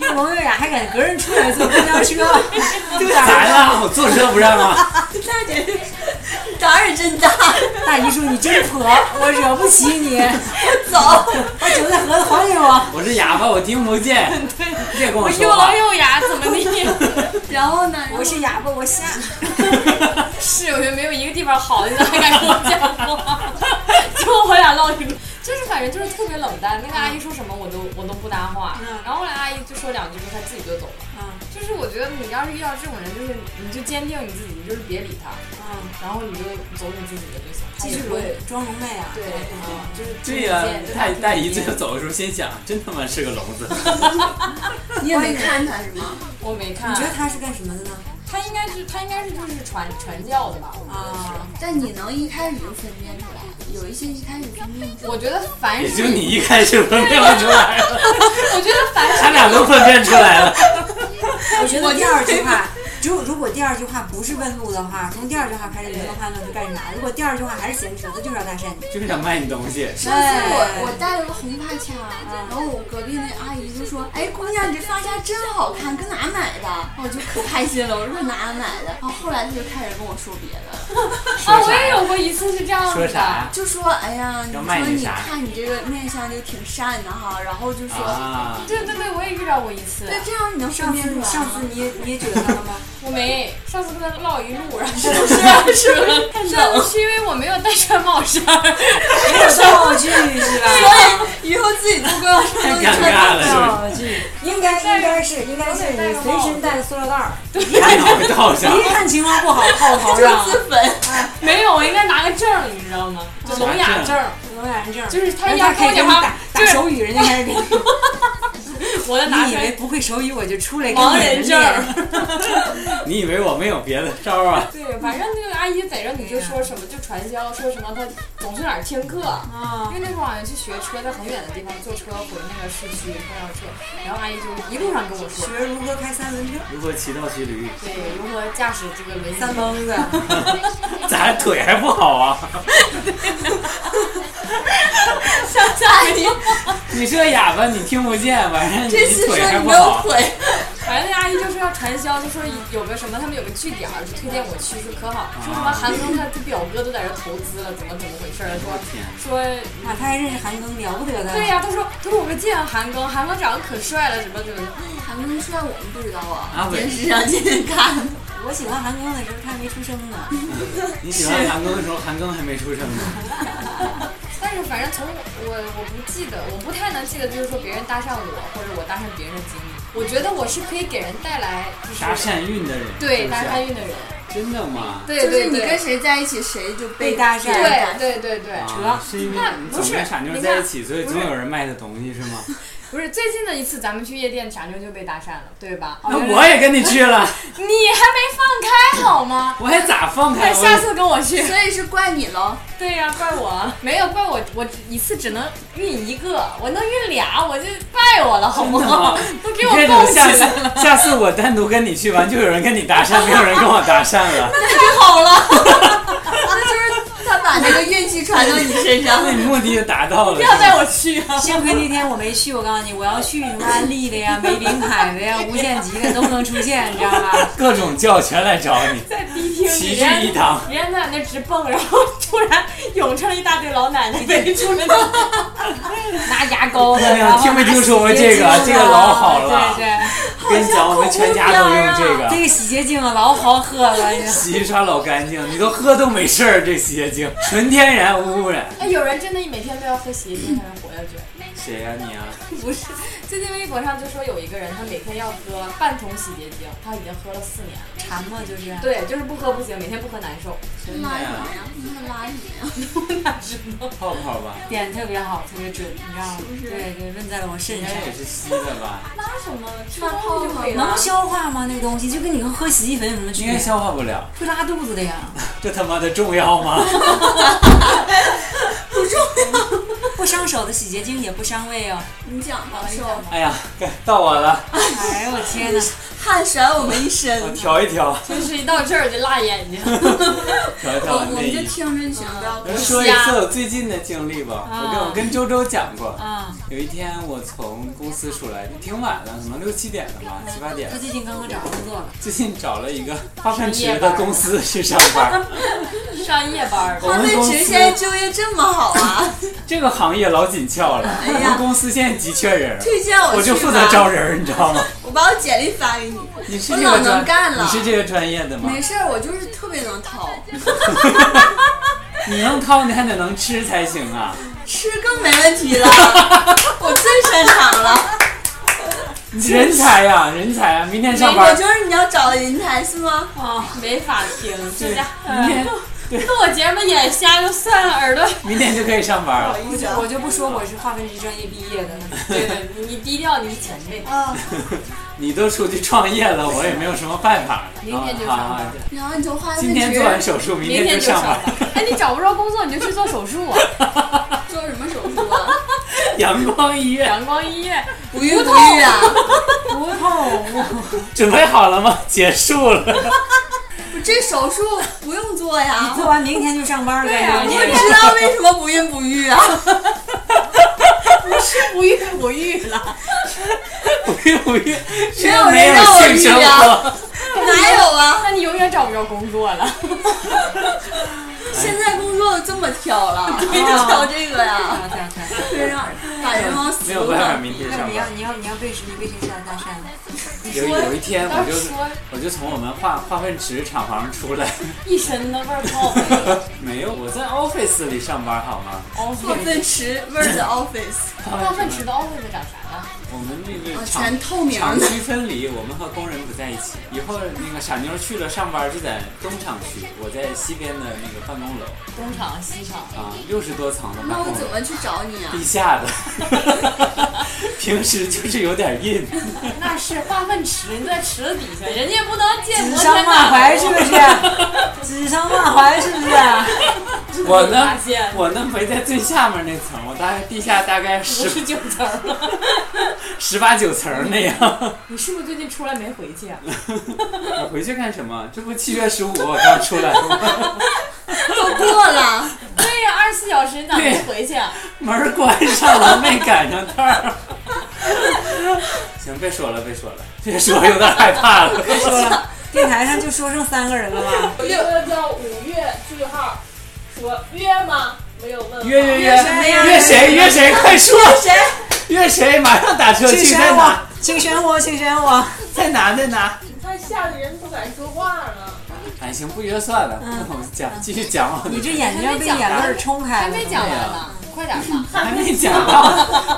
Speaker 4: 又聋又哑，还敢隔人出来坐公交车， 对啊
Speaker 1: 咋了？啊我坐车不让啊吗？
Speaker 2: 大姐胆儿真大，
Speaker 4: 大姨说你真婆，我惹不起你，
Speaker 2: 走。
Speaker 4: 把韭菜盒子还给我。
Speaker 1: 我是哑巴，我听不见。别跟我
Speaker 5: 我又
Speaker 1: 说话
Speaker 5: 聋。又哑，怎么的？
Speaker 2: 然后呢？
Speaker 4: 我是哑巴，我瞎。
Speaker 5: 是，我觉得没有一个地方好，你咋还敢跟我讲话？就我俩唠嗑，就是反正就是特别冷淡。那个阿姨说什么我都我都不搭话，
Speaker 4: 嗯
Speaker 5: 然后后来阿姨就说两句之后，她自己就走了。
Speaker 4: 嗯
Speaker 5: 就是我觉得你要是遇到这种人，就是你就坚定你自己，你就是别理他，
Speaker 4: 嗯，
Speaker 5: 然后你就走你自己的就行。她
Speaker 4: 继
Speaker 5: 也
Speaker 4: 续
Speaker 5: 不
Speaker 4: 装
Speaker 5: 会
Speaker 4: 装聋妹啊。
Speaker 5: 对，嗯，就是
Speaker 1: 对呀、大
Speaker 5: 太
Speaker 1: 大姨最后走的时候心想，真他妈是个聋 子。
Speaker 4: 你也
Speaker 2: 我
Speaker 4: 没
Speaker 2: 也
Speaker 4: 看，
Speaker 2: 看他是吗？
Speaker 5: 我没看，
Speaker 4: 你觉得他是干什么的呢？
Speaker 5: 她应该是她应该是就是传传教的吧？我觉得
Speaker 4: 啊，
Speaker 2: 但你能一开始就分辨出来，有一些一开始分辨不出来。
Speaker 5: 我觉得凡
Speaker 1: 也
Speaker 5: 是
Speaker 1: 就你一开始分辨不出来 了，
Speaker 5: 我觉得凡是
Speaker 1: 他俩都分辨出来了。
Speaker 4: 我觉得第二句话，只有如果第二句话不是问路的话，从第二句话开始你就能判断他干啥。 如果第二句话还是闲扯，那就是要搭讪你。
Speaker 1: 就是想卖你东西，
Speaker 2: 上次我我戴了个红发卡，然后我隔壁那阿姨就说：“哎，姑娘，你这发卡真好看，搁哪买的？”我就可开心了，我说哪买的？然后后来她就开始跟我说别的，
Speaker 5: 啊，
Speaker 1: 说
Speaker 5: 我
Speaker 1: 啥
Speaker 5: 也有过一次是这样子
Speaker 1: 说
Speaker 5: 的。
Speaker 1: 啥
Speaker 2: 就说：“哎呀，你
Speaker 1: 要卖
Speaker 2: 说
Speaker 1: 你
Speaker 2: 你
Speaker 1: 啥
Speaker 2: 看你这个面相就挺善的哈。”然后就说：“
Speaker 1: 啊？
Speaker 5: 对对对，我也遇到过一次。
Speaker 2: 对，这样你能分
Speaker 4: 上
Speaker 2: 辨出
Speaker 4: 次
Speaker 2: 来
Speaker 4: 上次你也你也觉得他了吗？
Speaker 5: 我没上次跟他唠一路，然后 是不是是不是？上次是因为我没有带穿 帽衫，
Speaker 4: 没有道具是吧？
Speaker 2: 以后自己做 公交车
Speaker 1: 太尴尬了，是不
Speaker 4: 道具应该应该是应该是你随身带的塑料袋儿，
Speaker 1: 是？电脑会倒上
Speaker 4: 你，一看情况不好套头上，
Speaker 2: 粉，
Speaker 5: 没有，我应该拿个证儿，你知道吗？就聋哑证儿，
Speaker 4: 聋哑人证儿
Speaker 5: 就是他
Speaker 4: 人
Speaker 5: 一
Speaker 4: 家
Speaker 5: 要跟
Speaker 4: 可以
Speaker 5: 我
Speaker 4: 给
Speaker 5: 讲
Speaker 4: 你
Speaker 5: 话
Speaker 4: 打，
Speaker 5: 就
Speaker 4: 打
Speaker 5: 是
Speaker 4: 手语，人家开始给你。
Speaker 5: 我在拿
Speaker 4: 你以
Speaker 5: 出
Speaker 4: 为
Speaker 5: 来
Speaker 4: 不会手语我就出来给
Speaker 5: 盲
Speaker 4: 你
Speaker 5: 人证
Speaker 4: 练？
Speaker 5: 儿。
Speaker 1: 你以为我没有别的招啊？
Speaker 5: 对，反正那个阿姨逮着你就说什么就传销，说什么她总去哪儿听课。
Speaker 4: 啊
Speaker 5: 因为那时候好像去学车，在很远的地方坐车回那个市区公交车，然后阿姨就一路上跟我说，
Speaker 4: 学如何开三轮车，
Speaker 1: 如何骑到骑驴？
Speaker 5: 对，如何驾驶这个轮椅。
Speaker 4: 三蹦子，
Speaker 1: 咱腿还不好 啊？
Speaker 2: 阿姨，
Speaker 1: 你是个哑巴，你听不见，晚上你
Speaker 2: 这次说
Speaker 1: 腿还
Speaker 2: 你
Speaker 1: 不
Speaker 2: 没有
Speaker 1: 好。
Speaker 2: 腿。”
Speaker 5: 反正那阿姨就说要传销，就说有个什么，他们有个据点儿，就推荐我去，说可好，说什么韩庚他他表哥都在这投资了，怎么怎么回事儿，说
Speaker 1: 天，
Speaker 5: 说。
Speaker 4: 啊，他还认识韩庚，了不得的。
Speaker 5: 对呀、他说，他说我可见了韩庚，韩庚长得可帅了，什么什么的。
Speaker 2: 韩庚帅我们不知道
Speaker 1: 啊
Speaker 2: 啊，
Speaker 1: 不是
Speaker 2: 电视上天天看。
Speaker 4: 我喜欢韩庚的时候，他还没出生 呢。
Speaker 1: 你喜欢韩庚的时候，韩庚还没出生呢。
Speaker 5: 但是反正从我我不记得，我不太能记得，就是说别人搭讪我，或者我搭讪别人的经历。我觉得我是可以给人带来就是
Speaker 1: 搭讪运的人，
Speaker 5: 对
Speaker 1: 是不
Speaker 5: 搭
Speaker 1: 是
Speaker 5: 讪运的人，
Speaker 1: 真的吗？
Speaker 5: 对
Speaker 2: 就是
Speaker 5: 对
Speaker 2: 你
Speaker 5: 对，
Speaker 2: 跟谁在一起，谁就被
Speaker 4: 被搭讪
Speaker 5: 对对对对，
Speaker 1: 啊，是因为
Speaker 5: 那
Speaker 1: 你
Speaker 5: 不
Speaker 1: 总
Speaker 5: 是
Speaker 1: 跟傻妞
Speaker 5: 你
Speaker 1: 在一
Speaker 5: 看
Speaker 1: 起，所以
Speaker 5: 不
Speaker 1: 总
Speaker 5: 是
Speaker 1: 有人卖的东西是吗？
Speaker 5: 不是最近的一次咱们去夜店，傻妞就被搭讪了，对吧？
Speaker 1: 那我也跟你去了，
Speaker 5: 你还没放开好 吗？
Speaker 1: 我还咋放开？
Speaker 5: 快哎下
Speaker 1: 我
Speaker 5: 次跟我去。
Speaker 2: 所以是怪你喽。
Speaker 5: 对呀、怪我没有怪我，我一次只能运一个，我能运俩，我就拜我了，好 不好
Speaker 1: 真？
Speaker 5: 都给
Speaker 1: 你
Speaker 5: 我
Speaker 1: 这
Speaker 5: 蹦
Speaker 1: 种
Speaker 5: 起
Speaker 1: 下
Speaker 5: 来了，
Speaker 1: 次下次我单独跟你去完，就有人跟你搭讪，没有人跟我搭讪了。
Speaker 5: 太好了，
Speaker 2: 他把那个运气传到你身上
Speaker 1: 那，你目的就达到了。
Speaker 5: 不要带我去啊！
Speaker 4: 幸亏那天我没去，我告诉你，我要去什么安利的 呀、梅林凯的呀、无限极的都不能出现，你知道吧？
Speaker 1: 各种教全来找你，
Speaker 5: 在迪厅
Speaker 1: 齐
Speaker 5: 里
Speaker 1: 聚一
Speaker 5: 面，
Speaker 1: 堂。
Speaker 5: 人家在那直蹦，然后突然涌上一大堆老奶奶 围住了他，
Speaker 4: 拿牙膏
Speaker 1: 哎
Speaker 4: 的，
Speaker 1: 呀
Speaker 4: 然后
Speaker 1: 听没听说过
Speaker 4: 拿洗洁
Speaker 1: 这个
Speaker 4: 精
Speaker 1: 这个
Speaker 4: 啊
Speaker 1: 老好了
Speaker 4: 对对。
Speaker 1: 我跟你讲，我们全家都用这个
Speaker 4: 这，个洗洁精啊，老好喝了，你知道
Speaker 1: 洗一刷老干净，你都喝都没事儿。这洗洁精纯天然无污染，
Speaker 5: 哎，有人真的每天都要喝洗洁精才能活下去，
Speaker 1: 谁呀、你啊？
Speaker 5: 不是，最近微博上就说有一个人，他每天要喝半桶洗洁精，他已经喝了四年了。
Speaker 4: 馋嘛就是。
Speaker 5: 对，就是不喝不行，每天不喝难受。
Speaker 1: 真的
Speaker 2: 拉什
Speaker 1: 呀
Speaker 2: 么？呀？你看拉什么呀？
Speaker 5: 那是吗？
Speaker 1: 泡泡吧，
Speaker 4: 点特别好，特别准，你知道吗？
Speaker 2: 不是
Speaker 4: 对对，问在了我肾
Speaker 1: 应
Speaker 4: 上
Speaker 1: 该。也是稀的 吧？
Speaker 5: 拉什么？吃
Speaker 2: 完泡
Speaker 5: 就可以
Speaker 4: 能
Speaker 5: 了。
Speaker 4: 消化吗？那个东西就跟你喝洗衣粉有什么区
Speaker 1: 应
Speaker 4: 别
Speaker 1: 该？消化不了，
Speaker 4: 会拉肚子的呀。
Speaker 1: 这他妈的重要吗？
Speaker 4: 不伤手的洗洁精也不伤胃哦。
Speaker 2: 你讲吧，瘦，
Speaker 1: 哎呀，该到我了，
Speaker 4: 哎呦我天哪！
Speaker 2: 汗闪我们一
Speaker 1: 我
Speaker 2: 身。
Speaker 1: 调一调，
Speaker 5: 就是一到这儿就辣眼睛。
Speaker 1: 调一调
Speaker 2: 我
Speaker 1: 我
Speaker 2: 我
Speaker 1: 内
Speaker 2: 们就
Speaker 1: 衣。
Speaker 2: 听着行，不要
Speaker 1: 我说一次我最近的经历吧，
Speaker 2: 啊
Speaker 1: 我跟我跟周周讲过，
Speaker 4: 啊，
Speaker 1: 有一天我从公司出来，就挺晚了，可能六七点了吧，
Speaker 2: 嗯
Speaker 1: 七八点
Speaker 4: 他。最近刚刚找着工作了，
Speaker 1: 最近找了一个化粪池的公司去上班，
Speaker 5: 上夜班儿
Speaker 1: 我
Speaker 2: 他
Speaker 1: 们
Speaker 2: 们
Speaker 1: 公司
Speaker 2: 直现在就业这么好啊，
Speaker 1: 这个行业老紧俏了，我
Speaker 2: 哎呀
Speaker 1: 们公司现在急缺人，
Speaker 2: 推荐我
Speaker 1: 我
Speaker 2: 去
Speaker 1: 就
Speaker 2: 吧。
Speaker 1: 负责招人儿，你知道吗？
Speaker 2: 我把我简历发给你。
Speaker 1: 你是
Speaker 2: 我
Speaker 1: 这
Speaker 2: 老
Speaker 1: 个
Speaker 2: 能
Speaker 1: 专，
Speaker 2: 干了
Speaker 1: 你是这个专业的吗？
Speaker 2: 没事儿，我就是特别能掏，
Speaker 1: 你能掏，你还得能吃才行啊！
Speaker 2: 吃更没问题 了，我最擅长了。
Speaker 1: 你人才呀、人才啊！明天上
Speaker 2: 我
Speaker 1: 班，
Speaker 2: 就是你要找的人才是吗？
Speaker 5: 啊，没法听，这家
Speaker 1: 明 天
Speaker 5: 跟我节目眼瞎就算了，耳朵。
Speaker 1: 明天就可以上班了。
Speaker 2: 我
Speaker 4: 我就不说我是化粪池专业毕业的了。
Speaker 5: 对对，你低调，你是前辈。
Speaker 2: 啊，
Speaker 1: 你都出去创业了，我也没有什么办法了。
Speaker 5: 明天就
Speaker 1: 啊
Speaker 5: 上班
Speaker 1: 好好
Speaker 2: 然后你就化
Speaker 1: 今
Speaker 2: 粪
Speaker 1: 天做完
Speaker 2: 池
Speaker 1: 手术，明就
Speaker 5: 明天就上
Speaker 1: 班
Speaker 5: 班。哎，你找不着工作，你就去做手术啊，
Speaker 2: 做什么手术啊？
Speaker 1: 阳光医院
Speaker 5: 阳光医院。
Speaker 2: 不孕不育啊？
Speaker 4: 不痛，
Speaker 1: 准备好了吗？结束了。
Speaker 2: 不这手术不用做呀。
Speaker 4: 做完明天就上班了。
Speaker 5: 呀
Speaker 4: 感
Speaker 2: 你
Speaker 4: 觉
Speaker 2: 也知道为什么不孕不育啊？
Speaker 5: 不孕不育了，
Speaker 1: 不孕不育，谁
Speaker 2: 没有
Speaker 1: 没
Speaker 2: 人让我
Speaker 1: 性
Speaker 2: 遇
Speaker 1: 生活
Speaker 2: 啊？哪有啊？
Speaker 5: 那你永远找不着工作了。
Speaker 2: 现在工作这么挑 了，挑这个呀，
Speaker 4: 啊天啊天啊
Speaker 2: 非让把人往死
Speaker 1: 没
Speaker 2: 了
Speaker 1: 有办法，明天
Speaker 4: 那
Speaker 1: 上
Speaker 4: 你要
Speaker 1: 班。
Speaker 4: 你要你要被谁你被谁下搭讪呢？
Speaker 1: 有有一天，我
Speaker 5: 当
Speaker 1: 就
Speaker 5: 时说
Speaker 1: 我就从我们化化粪池厂房出来，
Speaker 5: 一身的味儿 泡。
Speaker 1: 没有，我在 office 里上班好吗？
Speaker 2: 化粪池味儿 的 office
Speaker 5: 大粪池的哦 office 长啥样？
Speaker 1: 我们那
Speaker 2: 啊
Speaker 1: 个，厂
Speaker 2: 全透明
Speaker 1: 厂
Speaker 2: 的。
Speaker 1: 区分离，我们和工人不在一起。以后那个傻妞去了上班就在东厂区，我在西边的那个办公楼
Speaker 5: 东厂西厂。
Speaker 1: 啊，六十多层的
Speaker 2: 那
Speaker 1: 办
Speaker 2: 我
Speaker 1: 公
Speaker 2: 怎
Speaker 1: 楼，
Speaker 2: 么去找你啊？
Speaker 1: 地下的， 平时就是有点阴。
Speaker 5: 那是化粪池，你在池子底下，人家也不能见
Speaker 4: 指
Speaker 5: 摩
Speaker 4: 桑
Speaker 5: 天
Speaker 4: 骂
Speaker 5: 大
Speaker 4: 槐
Speaker 5: 楼
Speaker 4: 是不是？指桑骂槐是不啊是？
Speaker 1: 我
Speaker 5: 被发
Speaker 1: 呢
Speaker 5: 现，
Speaker 1: 我呢没在最下面那层，我大概地下大概
Speaker 5: 五
Speaker 1: 十
Speaker 5: 十九层了。
Speaker 1: 十八九层那样。
Speaker 5: 你是不是最近出来没回去啊？
Speaker 1: 我回去干什么？这不七月十五我刚出来吗？
Speaker 2: 都过了，
Speaker 5: 对呀、二十四小时你咋没回去啊？
Speaker 1: 门儿关上了，没赶上趟儿。行，别说了，别说了，别说了有点害怕了。
Speaker 4: 说了，电台上就说剩三个人了吧？
Speaker 3: 有一个叫五月句号，说约吗？没有问号。
Speaker 1: 约约约
Speaker 4: 什么呀
Speaker 1: 约谁约谁，快说谁约谁，马上打车
Speaker 4: 请
Speaker 1: 去，在
Speaker 4: 选我
Speaker 1: 哪，
Speaker 4: 请选我，请选我。
Speaker 1: 在哪在哪？
Speaker 3: 你看吓得人不敢说话了。
Speaker 1: 哎，行，不约算了，
Speaker 4: 嗯
Speaker 1: 我们讲继续讲我
Speaker 4: 你这眼睛要被眼泪儿冲开
Speaker 5: 还
Speaker 4: 了。
Speaker 5: 没讲完呢，快点吧。
Speaker 1: 还没讲到，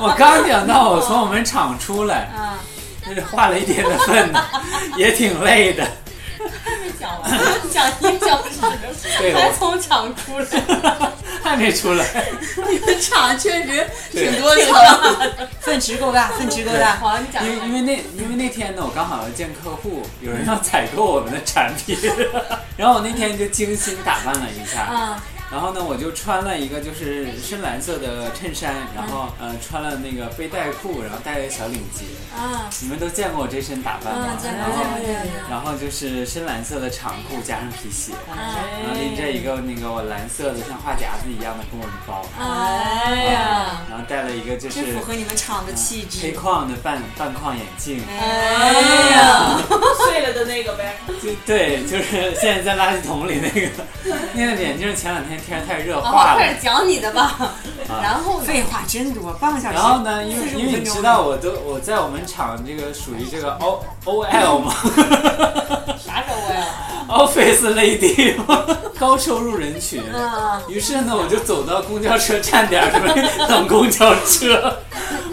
Speaker 1: 我刚讲到我从我们厂出来，
Speaker 4: 啊，
Speaker 1: 就是化了一天的粪呢，也挺累的。
Speaker 5: 没讲完，讲一讲十，
Speaker 1: 对
Speaker 5: 还
Speaker 1: 我
Speaker 5: 从厂出来，
Speaker 1: 还没出来，
Speaker 2: 你们厂确实挺多层。
Speaker 4: 粪池够大，粪池够大。
Speaker 5: 好，你讲
Speaker 1: 因为因为那因为那天呢，我刚好要见客户，有人要采购我们的产品， 然后我那天就精心打扮了一下，
Speaker 4: 啊，
Speaker 1: 然后呢，我就穿了一个就是深蓝色的衬衫，然后
Speaker 4: 嗯
Speaker 1: 呃穿了那个背带裤，然后带了个小领结。
Speaker 4: 啊
Speaker 1: 你们都见过我这身打扮吗
Speaker 4: 啊！？见
Speaker 1: 然
Speaker 4: 过
Speaker 1: 后
Speaker 4: 见过见过。
Speaker 1: 然后就是深蓝色的长裤加上皮鞋，
Speaker 4: 啊
Speaker 1: 然后拎着一个那个我蓝色的像话匣子一样的公文包，
Speaker 4: 啊，
Speaker 5: 哎呀，
Speaker 1: 然后带了一个就
Speaker 4: 真
Speaker 1: 是
Speaker 4: 符合你们厂的气
Speaker 1: 黑
Speaker 4: 质。
Speaker 1: 框的半半框眼镜，
Speaker 4: 哎
Speaker 5: 呀，
Speaker 3: 睡了的那个呗。
Speaker 1: 就对，就是现在在垃圾桶里那个那个眼镜，前两天天太热化
Speaker 5: 哦快
Speaker 1: 了
Speaker 5: 点。讲你的吧。
Speaker 1: 啊
Speaker 5: 然后呢？
Speaker 4: 废话真多，半个小时。
Speaker 1: 然后呢，因为
Speaker 4: 45
Speaker 1: 因为
Speaker 4: 分
Speaker 1: 你
Speaker 4: 钟
Speaker 1: 知道，我都我哦在我们厂这个属于这个 O O L 嘛，
Speaker 5: 啥时候呀？
Speaker 1: office lady 高收入人群。
Speaker 4: 嗯，
Speaker 1: 于是呢，我就走到公交车站点儿准备等公交车。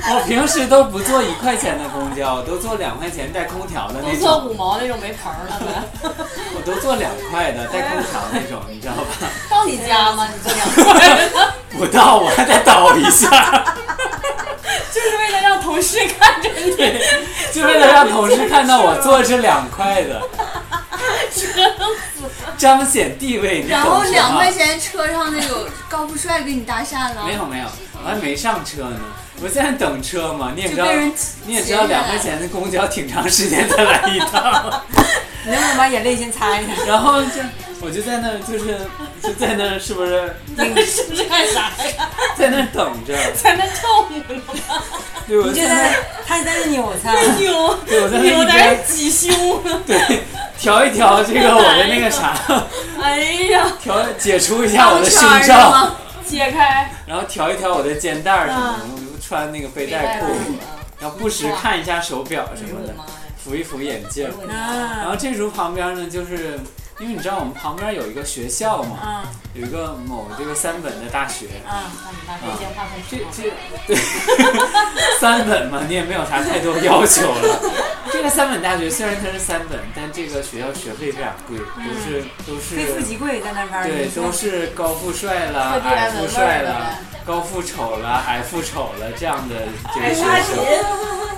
Speaker 1: 我平时都不坐一块钱的公交，我都坐两块钱带空调的那
Speaker 5: 不
Speaker 1: 种，
Speaker 5: 做五毛那种没棚儿的，
Speaker 1: 我都坐两块的带空调那种，你知道吧？
Speaker 5: 到你家吗？你这两
Speaker 1: 不到，我还得倒一 下，
Speaker 5: 就是为了让同事看着你
Speaker 1: 对，就为了让同事看到我坐这两块 的，彰显地 位，你
Speaker 2: 然后
Speaker 1: 懂是
Speaker 2: 两
Speaker 1: 吗
Speaker 2: 块？钱车上那有高富帅给你搭讪了，
Speaker 1: 没有没有，我还没上车呢，我现在等车嘛，你也知
Speaker 2: 就
Speaker 1: 道
Speaker 2: 被，人
Speaker 1: 你也知道两块钱的公交挺长时间才来一趟。
Speaker 4: 你能不能把眼泪先擦一下？
Speaker 1: 然后就我就在那儿，就是就在那儿，是不是
Speaker 5: 是不是干啥呀？
Speaker 1: 在那儿等着？
Speaker 5: 在那跳舞呢吗？
Speaker 1: 对，我
Speaker 4: 你就
Speaker 1: 在那
Speaker 4: 在
Speaker 1: 儿，
Speaker 4: 那，他在那扭擦，
Speaker 5: 扭
Speaker 1: 对，我在那儿
Speaker 5: 扭
Speaker 1: 一
Speaker 5: 在那
Speaker 1: 边
Speaker 5: 挤胸呢。
Speaker 1: 对调一调这个我的那个啥，
Speaker 5: 哎呀，
Speaker 1: 调解除一下我的胸
Speaker 2: 圈儿是
Speaker 1: 罩，
Speaker 2: 吗？
Speaker 5: 解开
Speaker 1: 然后调一调我的肩带儿什么的，我就穿那个背带裤，然后不时看一下手表什
Speaker 5: 哎呦
Speaker 1: 么
Speaker 5: 我的
Speaker 1: 的，
Speaker 5: 妈呀！
Speaker 1: 扶一扶眼镜
Speaker 5: 哎
Speaker 1: 儿
Speaker 5: 呦。我的妈呀！
Speaker 1: 然
Speaker 4: 啊
Speaker 1: 后这时候旁边呢，就是因为你知道我们旁边有一个学校嘛，
Speaker 4: 啊
Speaker 1: 有一个某这个三本的大学，
Speaker 4: 啊！
Speaker 5: 那你把这些话筒
Speaker 1: 这
Speaker 5: 说
Speaker 1: 这 对三本嘛，你也没有啥太多要求了。这个三本大学虽然它是三本，但这个学校学费非常贵，都是都
Speaker 4: 非富
Speaker 1: 是
Speaker 4: 即贵在那边儿，
Speaker 1: 对，都是高富帅啦
Speaker 5: 特、地来
Speaker 1: 矮
Speaker 5: 闻
Speaker 1: 富
Speaker 5: 味
Speaker 1: 帅
Speaker 5: 儿的
Speaker 1: 啦、高富丑啦、矮富丑啦这样 的这个
Speaker 5: 哎
Speaker 1: 学
Speaker 5: 呀
Speaker 1: 生。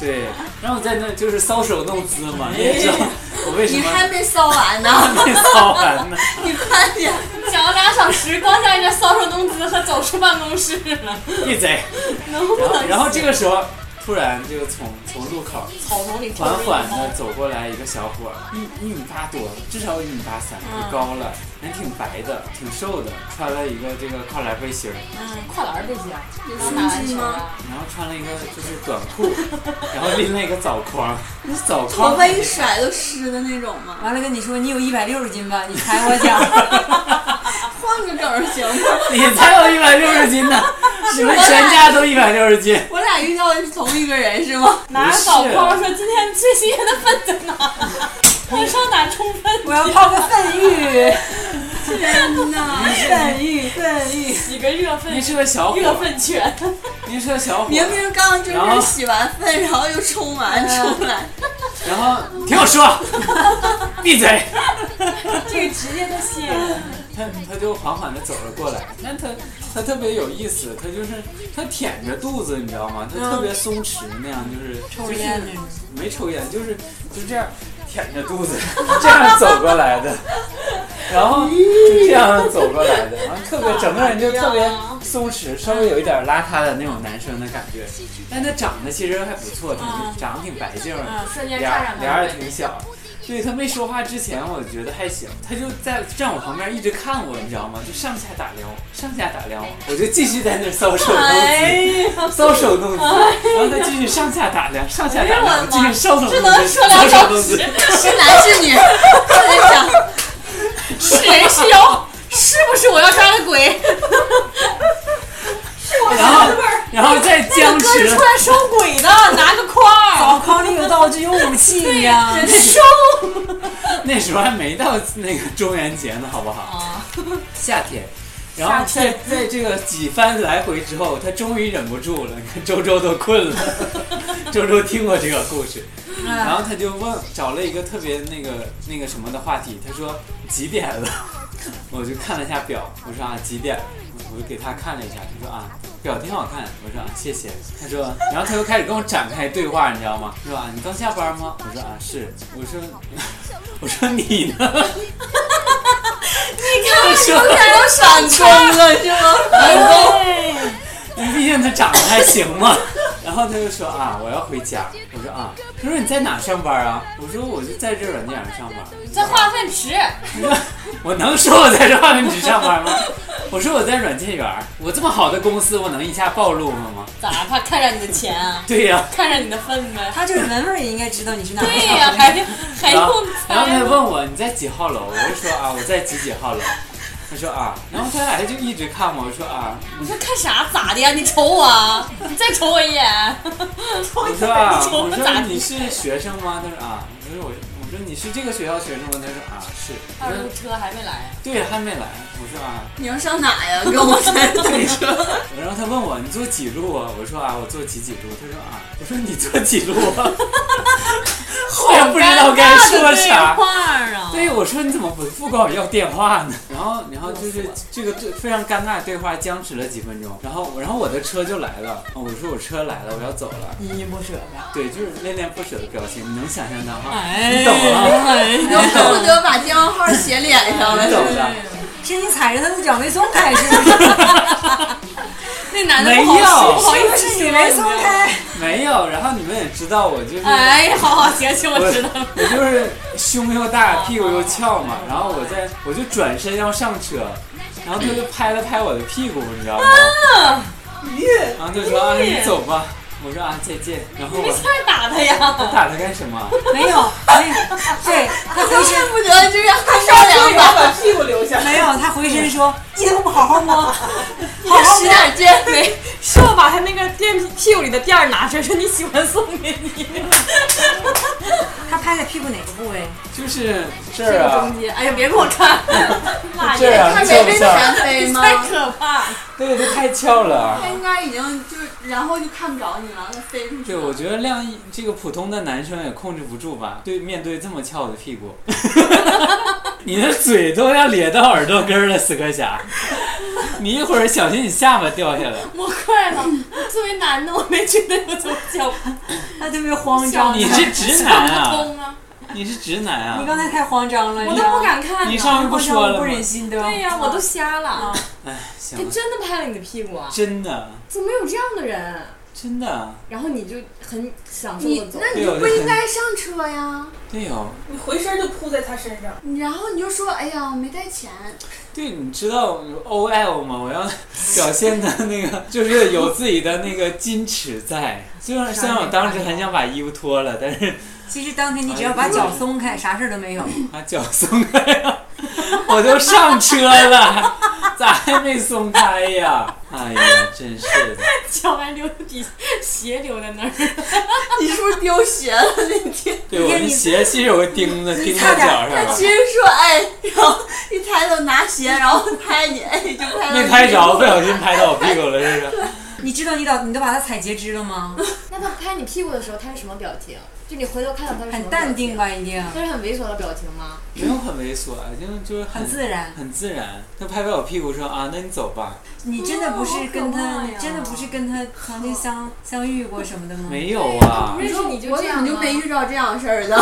Speaker 1: 对，然后我在那就是搔首弄姿嘛，你也知
Speaker 5: 哎
Speaker 1: 道我为什
Speaker 2: 你
Speaker 1: 么
Speaker 2: 还没骚完呢，
Speaker 1: 没搔完呢？
Speaker 2: 你快点！
Speaker 5: 讲了俩小时，光在这搔首弄姿和走出办公室了，
Speaker 1: 闭嘴！
Speaker 5: 能不
Speaker 1: 然后
Speaker 5: 能？
Speaker 1: 然后这个时候突然就从从路口。
Speaker 5: 草丛里
Speaker 1: 缓缓的走过来一个小伙儿，一一米八多，至少有一米八三，
Speaker 5: 嗯
Speaker 1: 就高了，人挺白的，挺瘦的，穿了一个这个跨栏背心儿，
Speaker 5: 跨栏这些，啊
Speaker 2: 有
Speaker 5: 刚打
Speaker 2: 胸
Speaker 5: 完
Speaker 2: 肌
Speaker 5: 球
Speaker 2: 吗？
Speaker 5: 啊，
Speaker 1: 然后穿了一个就是短裤，然后拎了一个枣筐，那枣
Speaker 2: 头
Speaker 1: 筐
Speaker 2: 发一甩都湿的那种吗？
Speaker 4: 完了跟你说你有一百六十斤吧，你踩我脚，
Speaker 2: 换个梗儿行吗？
Speaker 1: 你才有一百六十斤呢，你们全家都一百六十斤，
Speaker 2: 我俩遇到的是同一个人是吗？
Speaker 5: 拿着枣筐说今天最新鲜的粪在 哪？我上哪充粪？
Speaker 4: 我要泡个粪浴，
Speaker 2: 天哪！
Speaker 4: 粪浴，粪浴。
Speaker 5: 洗个热粪
Speaker 1: 您，是个小伙
Speaker 5: 热
Speaker 1: 儿，
Speaker 5: 粪泉。
Speaker 1: 您是个小伙
Speaker 2: 明
Speaker 1: 儿，
Speaker 2: 明刚就
Speaker 1: 然后
Speaker 2: 是洗完粪，然后又冲完出来，
Speaker 1: 然后听我说，闭嘴。
Speaker 5: 这个职业的吸引人，
Speaker 1: 他他就缓缓的走了过来，但他他特别有意思，他就是他舔着肚子，你知道吗？他特别松弛那样，就是
Speaker 4: 嗯抽
Speaker 1: 就是
Speaker 4: 烟那种
Speaker 1: 没抽烟，就是就是这样舔着肚子 这样走过来的，然后就这样走过来的，然后特别整个人就特别松弛，稍微有一点邋遢的那种男生的感觉，但他长得其实还不错，挺
Speaker 4: 嗯
Speaker 1: 长得挺白净的。
Speaker 5: 瞬间
Speaker 1: 脸
Speaker 5: 看
Speaker 1: 儿
Speaker 5: 上
Speaker 1: 脸儿
Speaker 5: 他
Speaker 1: 也。挺小。对他没说话之前，我觉得还行，他就在站我旁边一直看我，你知道吗？就上下打量我，上下打量我，我就继续在那儿搔首
Speaker 5: 哎
Speaker 1: 弄
Speaker 5: 呀，哎
Speaker 1: 姿，搔首弄姿，然后他继续上下打量，上下打量，我继续搔首弄姿，
Speaker 5: 能说
Speaker 1: 搔
Speaker 5: 两
Speaker 1: 首弄姿，
Speaker 2: 是男是女？我在想，
Speaker 5: 谁是妖？是不是我要抓的鬼？
Speaker 1: 然后然后再僵
Speaker 5: 哥
Speaker 1: 持
Speaker 5: 是出，来收鬼的，拿个筐
Speaker 4: 宝康里有道具，有武器呀、
Speaker 5: 收。
Speaker 1: 那时候还没到那个中元节呢，好不好？
Speaker 5: 啊，
Speaker 1: 夏天。然后
Speaker 5: 夏
Speaker 1: 在
Speaker 5: 天
Speaker 1: 在这个几番来回之后，他终于忍不住了。你看周周都困 了，周周听过这个故事，
Speaker 5: 嗯
Speaker 1: 然后他就问，找了一个特别那个那个什么的话题，他说几点了？我就看了一下表，我说啊几点了？我就给他看了一下，他说啊表挺好看，我说啊谢谢。他说，然后他又开始跟我展开对话，你知道吗？他说啊你刚下班吗？我说啊是，我说我说你呢？你看我说。
Speaker 2: 都闪光了是吗？
Speaker 1: 毕竟他长得还行嘛。然后他就说啊，我要回家。我说啊，他说你在哪上班啊？我说我就在这软件上上班。
Speaker 5: 在化粪池。
Speaker 1: 我能说我在这化粪池上班吗？ 我说我在软件园儿。我这么好的公司，我能一下暴露了吗？
Speaker 5: 咋了？怕看上你的钱啊？
Speaker 1: 对呀、
Speaker 5: 看上你的份呗？
Speaker 4: 他就是闻味儿也应该知道你是哪儿的。
Speaker 5: 对 呀、还用还
Speaker 1: 然后
Speaker 5: 用
Speaker 1: 然后他就
Speaker 5: 猜吗？
Speaker 1: 问我你在几号楼？我就说啊，我在几几号楼。 他说啊，然后他俩就一直看我，我说啊，
Speaker 5: 你说看啥？咋的呀？你瞅我啊？你再瞅我一眼。
Speaker 1: 我说啊，
Speaker 5: 你瞅
Speaker 1: 我
Speaker 5: 我
Speaker 1: 说
Speaker 5: 咋地
Speaker 1: 你是学生吗？他说啊，我说我我说你是这个学校学生吗？他说啊是。我
Speaker 5: 二
Speaker 1: 说
Speaker 5: 路车还没来，
Speaker 1: 对，还没来。我说啊，
Speaker 2: 你要上哪呀？跟我在等车。
Speaker 1: 然后他问我你坐几路啊？我说啊，我坐几几路。他说啊，我说你坐几路 啊？我也不知道该说啥。
Speaker 4: 话啊！
Speaker 1: 对，我说你怎么不不管我要电话呢？然后，然后就是这个对非常尴尬的对话僵持了几分钟，然后，然后我的车就来了，哦我说我车来了，我要走了。
Speaker 5: 依依不舍呗。
Speaker 1: 对，就是恋恋不舍的表情，你能想象到哈？
Speaker 4: 哎
Speaker 1: 你懂吗
Speaker 4: 哎
Speaker 2: 你恨不得把电话号写脸上了，
Speaker 1: 你
Speaker 2: 是不
Speaker 1: 懂
Speaker 2: 是？
Speaker 1: 的，
Speaker 4: 是你踩着他的脚没松开是吗？ 那男
Speaker 1: 没
Speaker 4: 好
Speaker 1: 有，
Speaker 4: 好意思，是你没松开。
Speaker 1: 没有。然后你们也知道我就是。
Speaker 4: 哎，好好行行，我
Speaker 1: 我
Speaker 4: 知道了。
Speaker 1: 我就是胸又大，屁股又翘嘛，然后我在我就转身要上车，然后他就拍了拍我的屁股，你知道吗？
Speaker 4: 啊
Speaker 1: 然后他说啊，你走吧。我说啊，再见。然后我
Speaker 5: 快打
Speaker 4: 哎
Speaker 5: 他呀！
Speaker 1: 打他干什么？
Speaker 4: 没有，没有，对他回身
Speaker 2: 恨不得就让他上两把，
Speaker 3: 把屁股留下。
Speaker 4: 没有，他回身说：“你怎么不好好摸？好好
Speaker 2: 使
Speaker 4: 摸。
Speaker 2: 点劲。没，
Speaker 5: 就把他那个垫屁股里的垫儿拿出来，说你喜欢送给你。”
Speaker 4: 他拍在屁股哪个部位？
Speaker 1: 就是这儿啊，
Speaker 5: 哎呀，别给我看，
Speaker 1: 这儿啊，
Speaker 2: 他
Speaker 1: 翘
Speaker 2: 没
Speaker 1: 不
Speaker 2: 被
Speaker 1: 翘？
Speaker 2: 弹飞吗？
Speaker 5: 太可怕了。
Speaker 1: 对，这太翘了啊
Speaker 2: 他。应该已经就是，然后就看不着你了，他飞出去
Speaker 1: 对，
Speaker 2: 了。
Speaker 1: 我觉得亮一这个普通的男生也控制不住吧，对，面对这么翘的屁股， 你的嘴都要咧到耳朵根儿了，死磕侠，你一会儿小心你下巴掉下来。
Speaker 5: 我快了，作为男的，我没觉得有多脚
Speaker 4: 他特别慌张。
Speaker 1: 你是直男
Speaker 5: 想不
Speaker 1: 啊！
Speaker 5: 通啊，
Speaker 1: 你是直男
Speaker 4: 哦你
Speaker 1: 啊！
Speaker 4: 刚才太慌张了，你
Speaker 5: 我都
Speaker 4: 知道
Speaker 5: 不
Speaker 4: 吗。
Speaker 5: 敢看
Speaker 1: 你
Speaker 5: 呢。
Speaker 1: 上回不
Speaker 4: 慌张
Speaker 1: 说了
Speaker 4: 不
Speaker 1: 吗？
Speaker 4: 忍心的。
Speaker 5: 对呀，我都瞎了。
Speaker 1: 哎，行
Speaker 5: 他
Speaker 1: 了，
Speaker 5: 真的拍了你的屁股啊？
Speaker 1: 真的，
Speaker 5: 怎么有这样的人？
Speaker 1: 真的，
Speaker 5: 然后你就很享受的
Speaker 2: 你
Speaker 5: 走
Speaker 2: 那，你就不应该上车呀，
Speaker 1: 对哦，
Speaker 3: 你回身就扑在他身上，
Speaker 2: 然后你就说，哎呀，我没带钱，
Speaker 1: 对，你知道 O L 吗？我要表现的那个就是有自己的那个矜持在。虽然虽然我当时很想把衣服脱了，但是
Speaker 4: 其实当天你只
Speaker 5: 哎
Speaker 4: 要把脚松开，啥事儿都没有。
Speaker 1: 把脚松开了， 我都上车了， 咋还没松开呀？哎呀，真是的。
Speaker 5: 脚还留底鞋留在那儿。
Speaker 2: 你是不是丢鞋了 那天？
Speaker 1: 对，我的鞋其实有个钉子钉
Speaker 4: 差
Speaker 1: 到
Speaker 4: 点
Speaker 1: 脚上
Speaker 2: 他
Speaker 1: 了
Speaker 2: 其，实说，哎，然后一抬头拿鞋，然后拍你，哎，就拍到
Speaker 1: 没拍着，不小心拍到我屁股了，是不是？
Speaker 4: 你知道你老你都把他踩截肢了吗？
Speaker 5: 那他拍你屁股的时候，他是什么表情？就你回头看到他是什
Speaker 4: 很
Speaker 5: 么表情
Speaker 4: 淡定？吧，一定，
Speaker 5: 他是很猥琐的表情吗？
Speaker 1: 没有很猥琐，啊，就是就是很
Speaker 4: 很自然。
Speaker 1: 很自然。他拍拍我屁股说啊，那你走吧。
Speaker 4: 你真的不是跟
Speaker 5: 哦好可
Speaker 4: 他，
Speaker 5: 怕呀
Speaker 4: 你真的不是跟他曾经相相遇过什么的吗？
Speaker 1: 没有啊
Speaker 5: 不，
Speaker 4: 嗯
Speaker 2: 你
Speaker 5: 认识
Speaker 2: 说
Speaker 5: 你就
Speaker 2: 我
Speaker 5: 这
Speaker 2: 怎么
Speaker 5: 样吗
Speaker 2: 就没遇到这样的事 儿呢？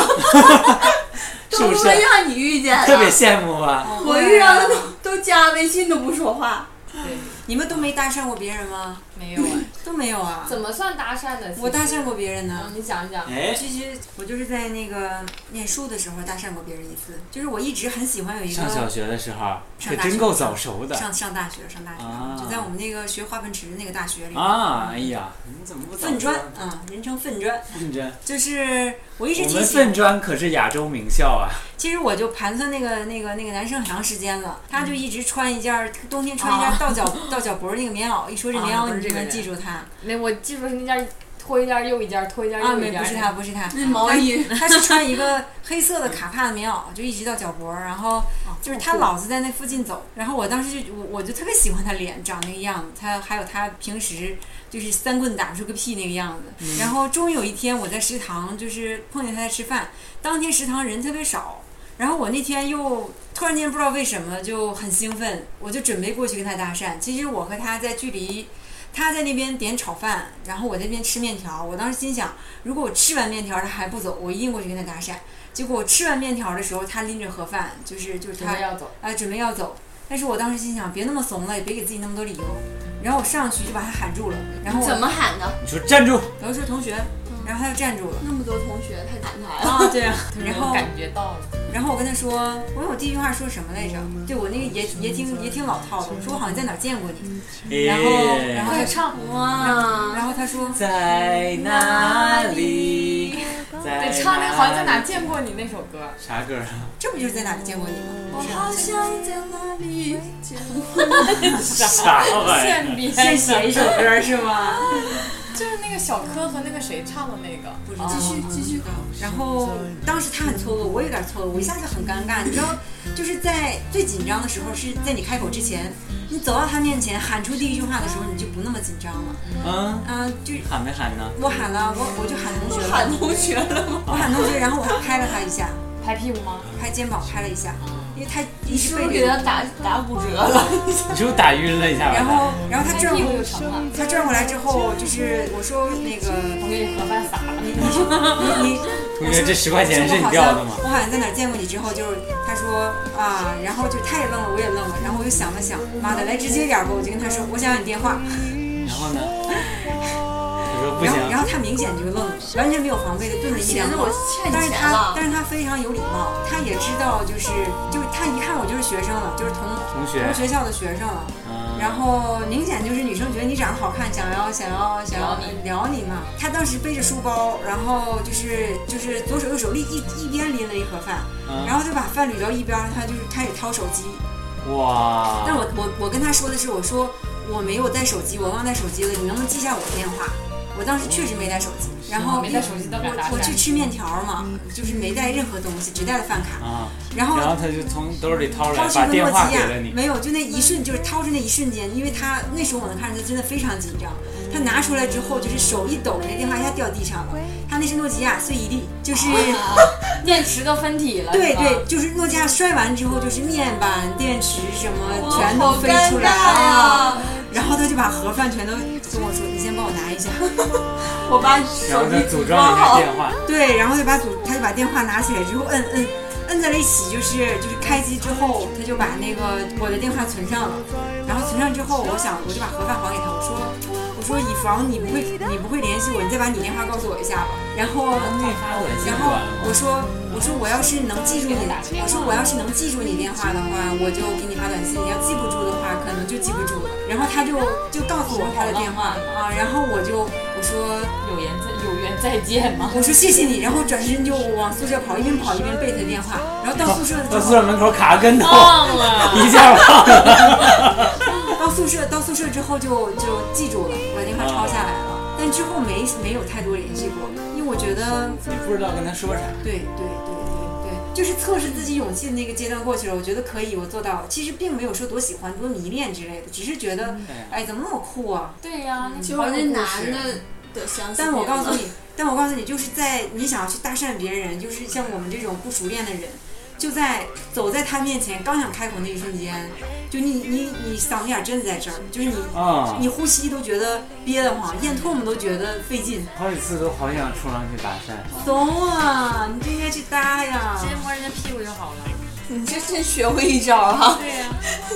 Speaker 2: 都
Speaker 1: 是不是
Speaker 2: 说让你遇见
Speaker 1: 特别
Speaker 2: 了，
Speaker 1: 羡慕啊。
Speaker 2: 我遇到的都都加微信都不说话，
Speaker 5: 对，
Speaker 4: 你们都没搭讪过别人吗？
Speaker 5: 没有啊。
Speaker 4: 都没有啊。
Speaker 5: 怎么算搭讪呢？
Speaker 4: 我搭讪过别人
Speaker 5: 啊，
Speaker 4: 呢。
Speaker 5: 你讲一讲。
Speaker 1: 哎，
Speaker 4: 其实我就是在那个念书的时候搭讪过别人一次，就是我一直很喜欢有一个
Speaker 1: 上小学的时候可
Speaker 4: 上大学
Speaker 1: 真够早熟的
Speaker 4: 上上大学上大学、
Speaker 1: 啊
Speaker 4: 就在我们那个学花盆池的那个大学里，
Speaker 1: 啊！哎呀，你怎么不早
Speaker 4: 粪
Speaker 1: 说
Speaker 4: 专
Speaker 1: 呢？
Speaker 4: 啊，人称粪专，
Speaker 1: 认真，
Speaker 4: 就是我一直
Speaker 1: 我
Speaker 4: 挺
Speaker 1: 们
Speaker 4: 喜欢
Speaker 1: 粪专可是亚洲名校啊。
Speaker 4: 其实我就盘算那个那个那个男生很长时间了，他
Speaker 5: 嗯
Speaker 4: 就一直穿一件儿冬天穿一件儿 到脚、到脚脖儿那个棉袄，一说这棉袄、
Speaker 5: 哦啊不是
Speaker 4: 你
Speaker 5: 这
Speaker 4: 就
Speaker 5: 个
Speaker 4: 能
Speaker 5: 人
Speaker 4: 记住他
Speaker 5: 那我记住是那件脱一件又一件，脱一件
Speaker 4: 啊？
Speaker 5: 又一
Speaker 4: 没
Speaker 5: 件。
Speaker 4: 不是他，不是 他，
Speaker 2: 那毛衣
Speaker 4: 他是穿一个黑色的卡帕的棉袄，就一直到脚脖儿，然后
Speaker 5: 哦
Speaker 4: 就是他老是在那附近走，然后我当时就我我就特别喜欢他脸长那个样子，他还有他平时就是三棍打不出个屁那个样子。
Speaker 5: 嗯
Speaker 4: 然后终于有一天我在食堂就是碰见他在吃饭，当天食堂人特别少，然后我那天又突然间不知道为什么就很兴奋，我就准备过去跟他搭讪。其实我和他在距离。他在那边点炒饭，然后我在那边吃面条。我当时心想，如果我吃完面条他还不走，我一定过去跟他搭讪。结果我吃完面条的时候，他拎着盒饭，就是就是他
Speaker 5: 他要走。
Speaker 4: 哎，准备要走，但是我当时心想，别那么怂了，也别给自己那么多理由。然后我上去就把他喊住了，然后我
Speaker 2: 怎么喊的？
Speaker 1: 你说站住！
Speaker 4: 我就说同学，然后他就站住了。
Speaker 2: 那么多同学，他敢来了。
Speaker 4: 啊，对啊， 然后
Speaker 5: 感觉到了，
Speaker 4: 然后我跟他说，我我第一句话说什么来着？对我那个也也挺也挺老套的，我说我好像在哪儿见过你。
Speaker 2: 嗯
Speaker 4: 然后然后他
Speaker 1: 哎
Speaker 4: 唱，
Speaker 2: 哇，
Speaker 4: 然后他说
Speaker 1: 在哪里？在
Speaker 5: 对，唱那个好像在哪见过你那首歌，
Speaker 1: 啥歌啊？
Speaker 4: 这不就是在哪儿见过你吗？
Speaker 2: 我好像在哪里见过。
Speaker 1: 啥玩意儿？
Speaker 5: 现编
Speaker 4: 现写一首歌是吗？
Speaker 6: 就是那个小柯和那个谁唱的那个，
Speaker 4: 不知道
Speaker 2: 继续继续，
Speaker 4: 然后当时他很错愕，我有点错愕，我一下就很尴尬。你知道， 就是在最紧张的时候，是在你开口之前，你走到他面前喊出第一句话的时候，你就不那么紧张了。
Speaker 1: 嗯，
Speaker 4: 啊、就
Speaker 1: 喊没喊呢？
Speaker 4: 我喊了，我我就喊同学了，
Speaker 2: 喊同学了吗？
Speaker 4: 我喊同学，然后我还拍了他一下，
Speaker 5: 拍屁股吗？
Speaker 4: 拍肩膀拍了一下，因为他
Speaker 2: 你
Speaker 4: 一
Speaker 2: 是
Speaker 4: 直
Speaker 2: 不
Speaker 4: 背
Speaker 2: 是
Speaker 4: 着
Speaker 2: 给
Speaker 4: 我
Speaker 2: 他打打骨折了？
Speaker 1: 你是不是打晕了一下吧？
Speaker 4: 然后，然后他
Speaker 5: 拍
Speaker 4: 转
Speaker 5: 屁股
Speaker 4: 过
Speaker 5: 就成了，
Speaker 4: 他转过来之后，就是我说那个
Speaker 5: 我给你盒饭撒了。
Speaker 4: 你你你
Speaker 1: 同学，这十块钱是你掉的吗？
Speaker 4: 我好像在哪儿见过你之后，就是他说啊，然后就他也愣了，我也愣了，然后我就想了想，妈的，来直接点儿吧，我就跟他说，我想要你电话，
Speaker 1: 然后呢？我说不
Speaker 4: 然后然
Speaker 1: 行，
Speaker 4: 后他明显就愣了，完全没有防备的顿了一
Speaker 2: 显
Speaker 4: 两
Speaker 2: 得
Speaker 4: 秒
Speaker 2: 我，欠
Speaker 4: 但
Speaker 2: 你
Speaker 4: 是
Speaker 2: 钱
Speaker 4: 他
Speaker 2: 了
Speaker 4: 但。是他非常有礼貌，他也知道就是就是他一看我就是学生了，就是同
Speaker 1: 同学
Speaker 4: 同，学校的学生了，
Speaker 1: 嗯，
Speaker 4: 然后明显就是女生觉得你长得好看，想要想要想要聊你嘛。她当时背着书包，然后就是就是左手右手拎一一边拎了一盒饭，
Speaker 1: 嗯
Speaker 4: 然后就把饭捋到一边儿，她就是开始掏手机。
Speaker 5: 啊
Speaker 1: 哇，
Speaker 4: 但我我我跟她说的是，我说我没有带手机，我忘带手机了，你能不能记下我的电话？我当时确实没带手机，然后
Speaker 5: 嗯没带手机都敢打
Speaker 4: 我我去吃面条嘛，就是没带任何东西，只带了饭卡。
Speaker 1: 啊，
Speaker 4: 然后
Speaker 1: 然后他就从兜里掏
Speaker 4: 哦
Speaker 1: 出
Speaker 4: 掏
Speaker 1: 来，
Speaker 4: 出
Speaker 1: 把
Speaker 4: 个
Speaker 1: 电
Speaker 4: 诺
Speaker 1: 话
Speaker 4: 基
Speaker 1: 给
Speaker 4: 亚
Speaker 1: 了，你，
Speaker 4: 没有，就那一瞬，就是掏出那一瞬间，因为他那时候我能看着他真的非常紧张，他拿出来之后就是手一抖，那电话一下掉地上了，他那是诺基亚碎一地，就是、
Speaker 1: 哦
Speaker 5: 啊电池都分体了，
Speaker 4: 对
Speaker 5: 是吧
Speaker 4: 对，就是诺基亚摔完之后就是面板、电池什么
Speaker 2: 哇
Speaker 4: 全都
Speaker 2: 好
Speaker 4: 飞
Speaker 2: 尴
Speaker 4: 出
Speaker 2: 尬
Speaker 4: 来
Speaker 1: 啊
Speaker 2: 呀
Speaker 5: 啊
Speaker 4: 了，然后他就把盒饭全都跟我说，你先帮我拿一下，
Speaker 2: 我把
Speaker 1: 然
Speaker 2: 手
Speaker 1: 后他
Speaker 2: 机
Speaker 1: 组
Speaker 2: 组
Speaker 1: 装了一
Speaker 2: 装
Speaker 1: 下
Speaker 2: 好，
Speaker 1: 电话，
Speaker 4: 对，然后就把组他就把电话拿起来之后摁摁。摁在了一起，就是就是开机之后，他就把那个我的电话存上了，然后存上之后，我想我就把盒饭还给他，我说我说以防你不会你不会联系我，你再把你电话告诉我一下吧。然后
Speaker 1: 啊那发短信
Speaker 4: 然
Speaker 1: 管
Speaker 4: 后我
Speaker 1: 了吗？
Speaker 4: 说我说我要是能记住你，我说我要是能记住你电话的话，我就给你发短信；要记不住的话，可能就记不住了。然后他就就告诉我他的电话啊，然后我就我说
Speaker 5: 有缘再有缘再见 吗？
Speaker 4: 我说谢谢你，然后转身就往宿舍跑，一边跑一边背他电话，然后哦到宿舍的时
Speaker 1: 到
Speaker 4: 候
Speaker 1: 宿舍门口卡个跟头，
Speaker 5: 忘了，
Speaker 1: 一下忘了。
Speaker 4: 到宿舍到宿舍之后就就记住了，把电话抄下来了，但之后没没有太多联系过，因为我觉得
Speaker 1: 你不知道跟他说啥，
Speaker 4: 对对对对对，就是测试自己勇气的那个阶段过去了，我觉得可以，我做到了。其实并没有说多喜欢、多迷恋之类的，只是觉得
Speaker 1: 哎呀，
Speaker 4: 哎怎么那么酷啊！
Speaker 5: 对呀，那
Speaker 2: 结果那
Speaker 5: 个
Speaker 2: 男的的想死。
Speaker 4: 但我告诉，你，但我告诉你，就是在你想要去搭讪别人，就是像我们这种不熟练的人，就在走在他面前刚想开口那一瞬间，就你你你嗓子眼儿真的在这儿，就是你。
Speaker 1: 啊，
Speaker 4: 你呼吸都觉得憋得慌，咽唾沫都觉得费劲，
Speaker 1: 好几次都好想冲上去搭讪。
Speaker 4: 怂啊！你就应该去搭呀。
Speaker 5: 直接摸人家屁股就好了。
Speaker 2: 你这真学会一招哈、
Speaker 5: 对呀，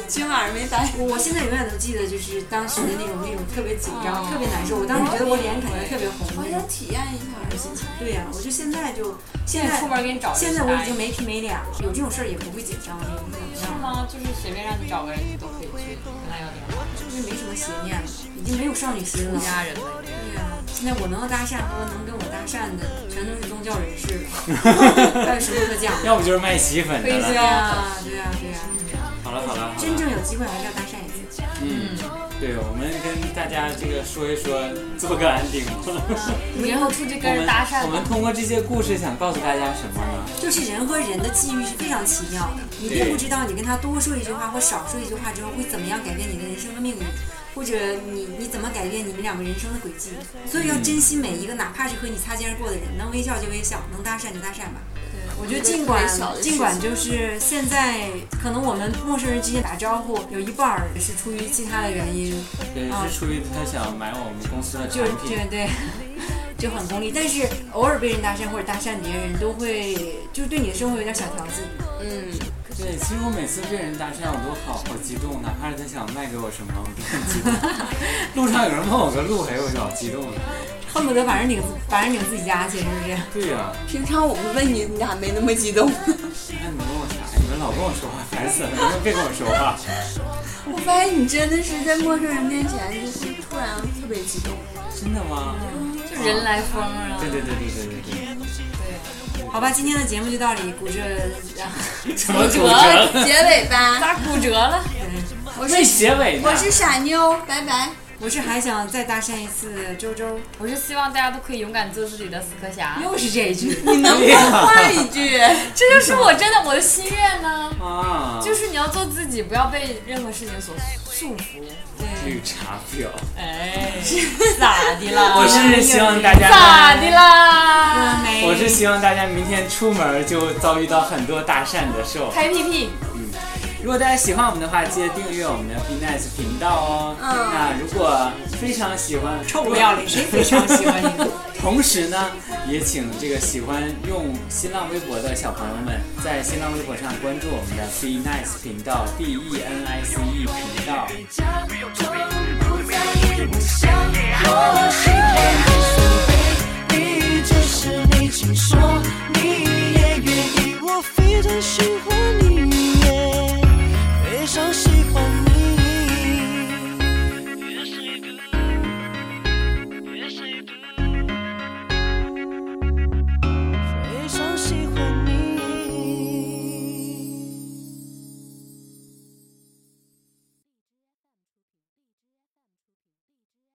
Speaker 2: 今晚上没白
Speaker 4: 我我现在永远都记得，就是当时的那种那种特别紧张、
Speaker 5: 哦
Speaker 4: 特别难受。我当时觉得我脸肯定特别红
Speaker 2: 我
Speaker 4: 那
Speaker 2: 想
Speaker 4: 种。
Speaker 2: 体验一下这心情。
Speaker 4: 对呀、我就现在就现
Speaker 5: 现在出
Speaker 4: 在
Speaker 5: 门给你找人，
Speaker 4: 现在我已经没皮没脸了，有这种事儿也不会紧张了，也不怎么
Speaker 5: 是
Speaker 4: 样了，
Speaker 5: 吗？就是随便让你找个人，你都可以去跟他要电话。
Speaker 4: 就是没什么邪念了，已经没有少女心了。
Speaker 5: 家人了，已经
Speaker 4: 对呀、啊现在我能搭讪和能跟我搭讪的，全都是宗教人 士了，还有什么可讲的？
Speaker 1: 要不就是卖洗粉的
Speaker 4: 对
Speaker 1: 了。
Speaker 4: 呀，对呀，对呀，啊
Speaker 1: 好了好了，好了
Speaker 4: 真正有机会还是要搭讪一次。
Speaker 1: 嗯，对，我们跟大家这个说一说，做个安 定。我
Speaker 5: 你以后出去跟人
Speaker 1: 们
Speaker 5: 搭讪
Speaker 1: 我们
Speaker 5: 吧。
Speaker 1: 通过这些故事想告诉大家什么呢？
Speaker 4: 就是人和人的际遇是非常奇妙的，你并不知道你跟他多说一句话或少说一句话之后会怎么样改变你的人生的命运，或者你你怎么改变你们两个人生的轨迹。所以要珍惜每一个，哪怕是和你擦肩而过的人，能微笑就微笑，能搭讪就搭讪吧。我觉得尽管
Speaker 2: 特别小的事情
Speaker 4: 尽管就是现在，可能我们陌生人之间打招呼，有一半儿是出于其他的原因，
Speaker 1: 对，
Speaker 4: 啊
Speaker 1: 是出于他想买我们公司的
Speaker 4: 就
Speaker 1: 产
Speaker 4: 是
Speaker 1: 品
Speaker 4: 对。对， 就很功利。但是偶尔被人搭讪或者搭讪别人，都会就是对你的生活有点小调剂。
Speaker 2: 嗯，
Speaker 1: 对，其实我每次被人搭讪，我都好好激动，哪怕是他想卖给我什么，我都很激动。 路上有人问我个路，哎，我就好激动了。
Speaker 4: 恨不得把人领把人领自己家去，是不是？
Speaker 1: 对呀、
Speaker 2: 平常我们问你，你咋没那么激动？
Speaker 1: 那你们问我啥？你们老跟我说话，烦死了！你们别跟我说话。
Speaker 2: 我发现你真的是在陌生人面前就会突然特别 激动。
Speaker 1: 真的吗？
Speaker 4: 嗯
Speaker 5: 就 人来疯啊
Speaker 1: 对，对对对对对对。
Speaker 4: 好吧，今天的节目就到这里，呃骨折。
Speaker 1: 怎么啊
Speaker 5: 折
Speaker 1: 骨折了？
Speaker 2: 结尾吧，
Speaker 5: 咋骨折了？
Speaker 1: 没结尾呢
Speaker 2: 我。是傻妞，拜拜。
Speaker 4: 我是还想再搭讪一次周周，
Speaker 5: 我是希望大家都可以勇敢做自己的死磕侠，
Speaker 4: 又是这一句，你能
Speaker 1: 对呀
Speaker 2: 换一 句，
Speaker 5: 这就是我真的我的心愿呢。
Speaker 1: 啊，
Speaker 5: 就是你要做自己，不要被任何事情所束缚。
Speaker 1: 绿茶婊。
Speaker 5: 哎，咋的啦？
Speaker 1: 我是希望大家，
Speaker 5: 咋的啦？
Speaker 1: 我是希望大家明天出门就遭遇到很多搭讪的事儿。
Speaker 5: 拍屁屁，
Speaker 1: 如果大家喜欢我们的话，记得订阅我们的 Be Nice 频道哦。
Speaker 2: 嗯
Speaker 1: 那如果非常喜欢，
Speaker 4: 臭不要脸，谁非常喜欢你？
Speaker 1: 同时呢，也请这个喜欢用新浪微博的小朋友们，在新浪微博上关注我们的 Be Nice 频道 B E N I C E 频道。
Speaker 7: 假装不在意，不想理，我是。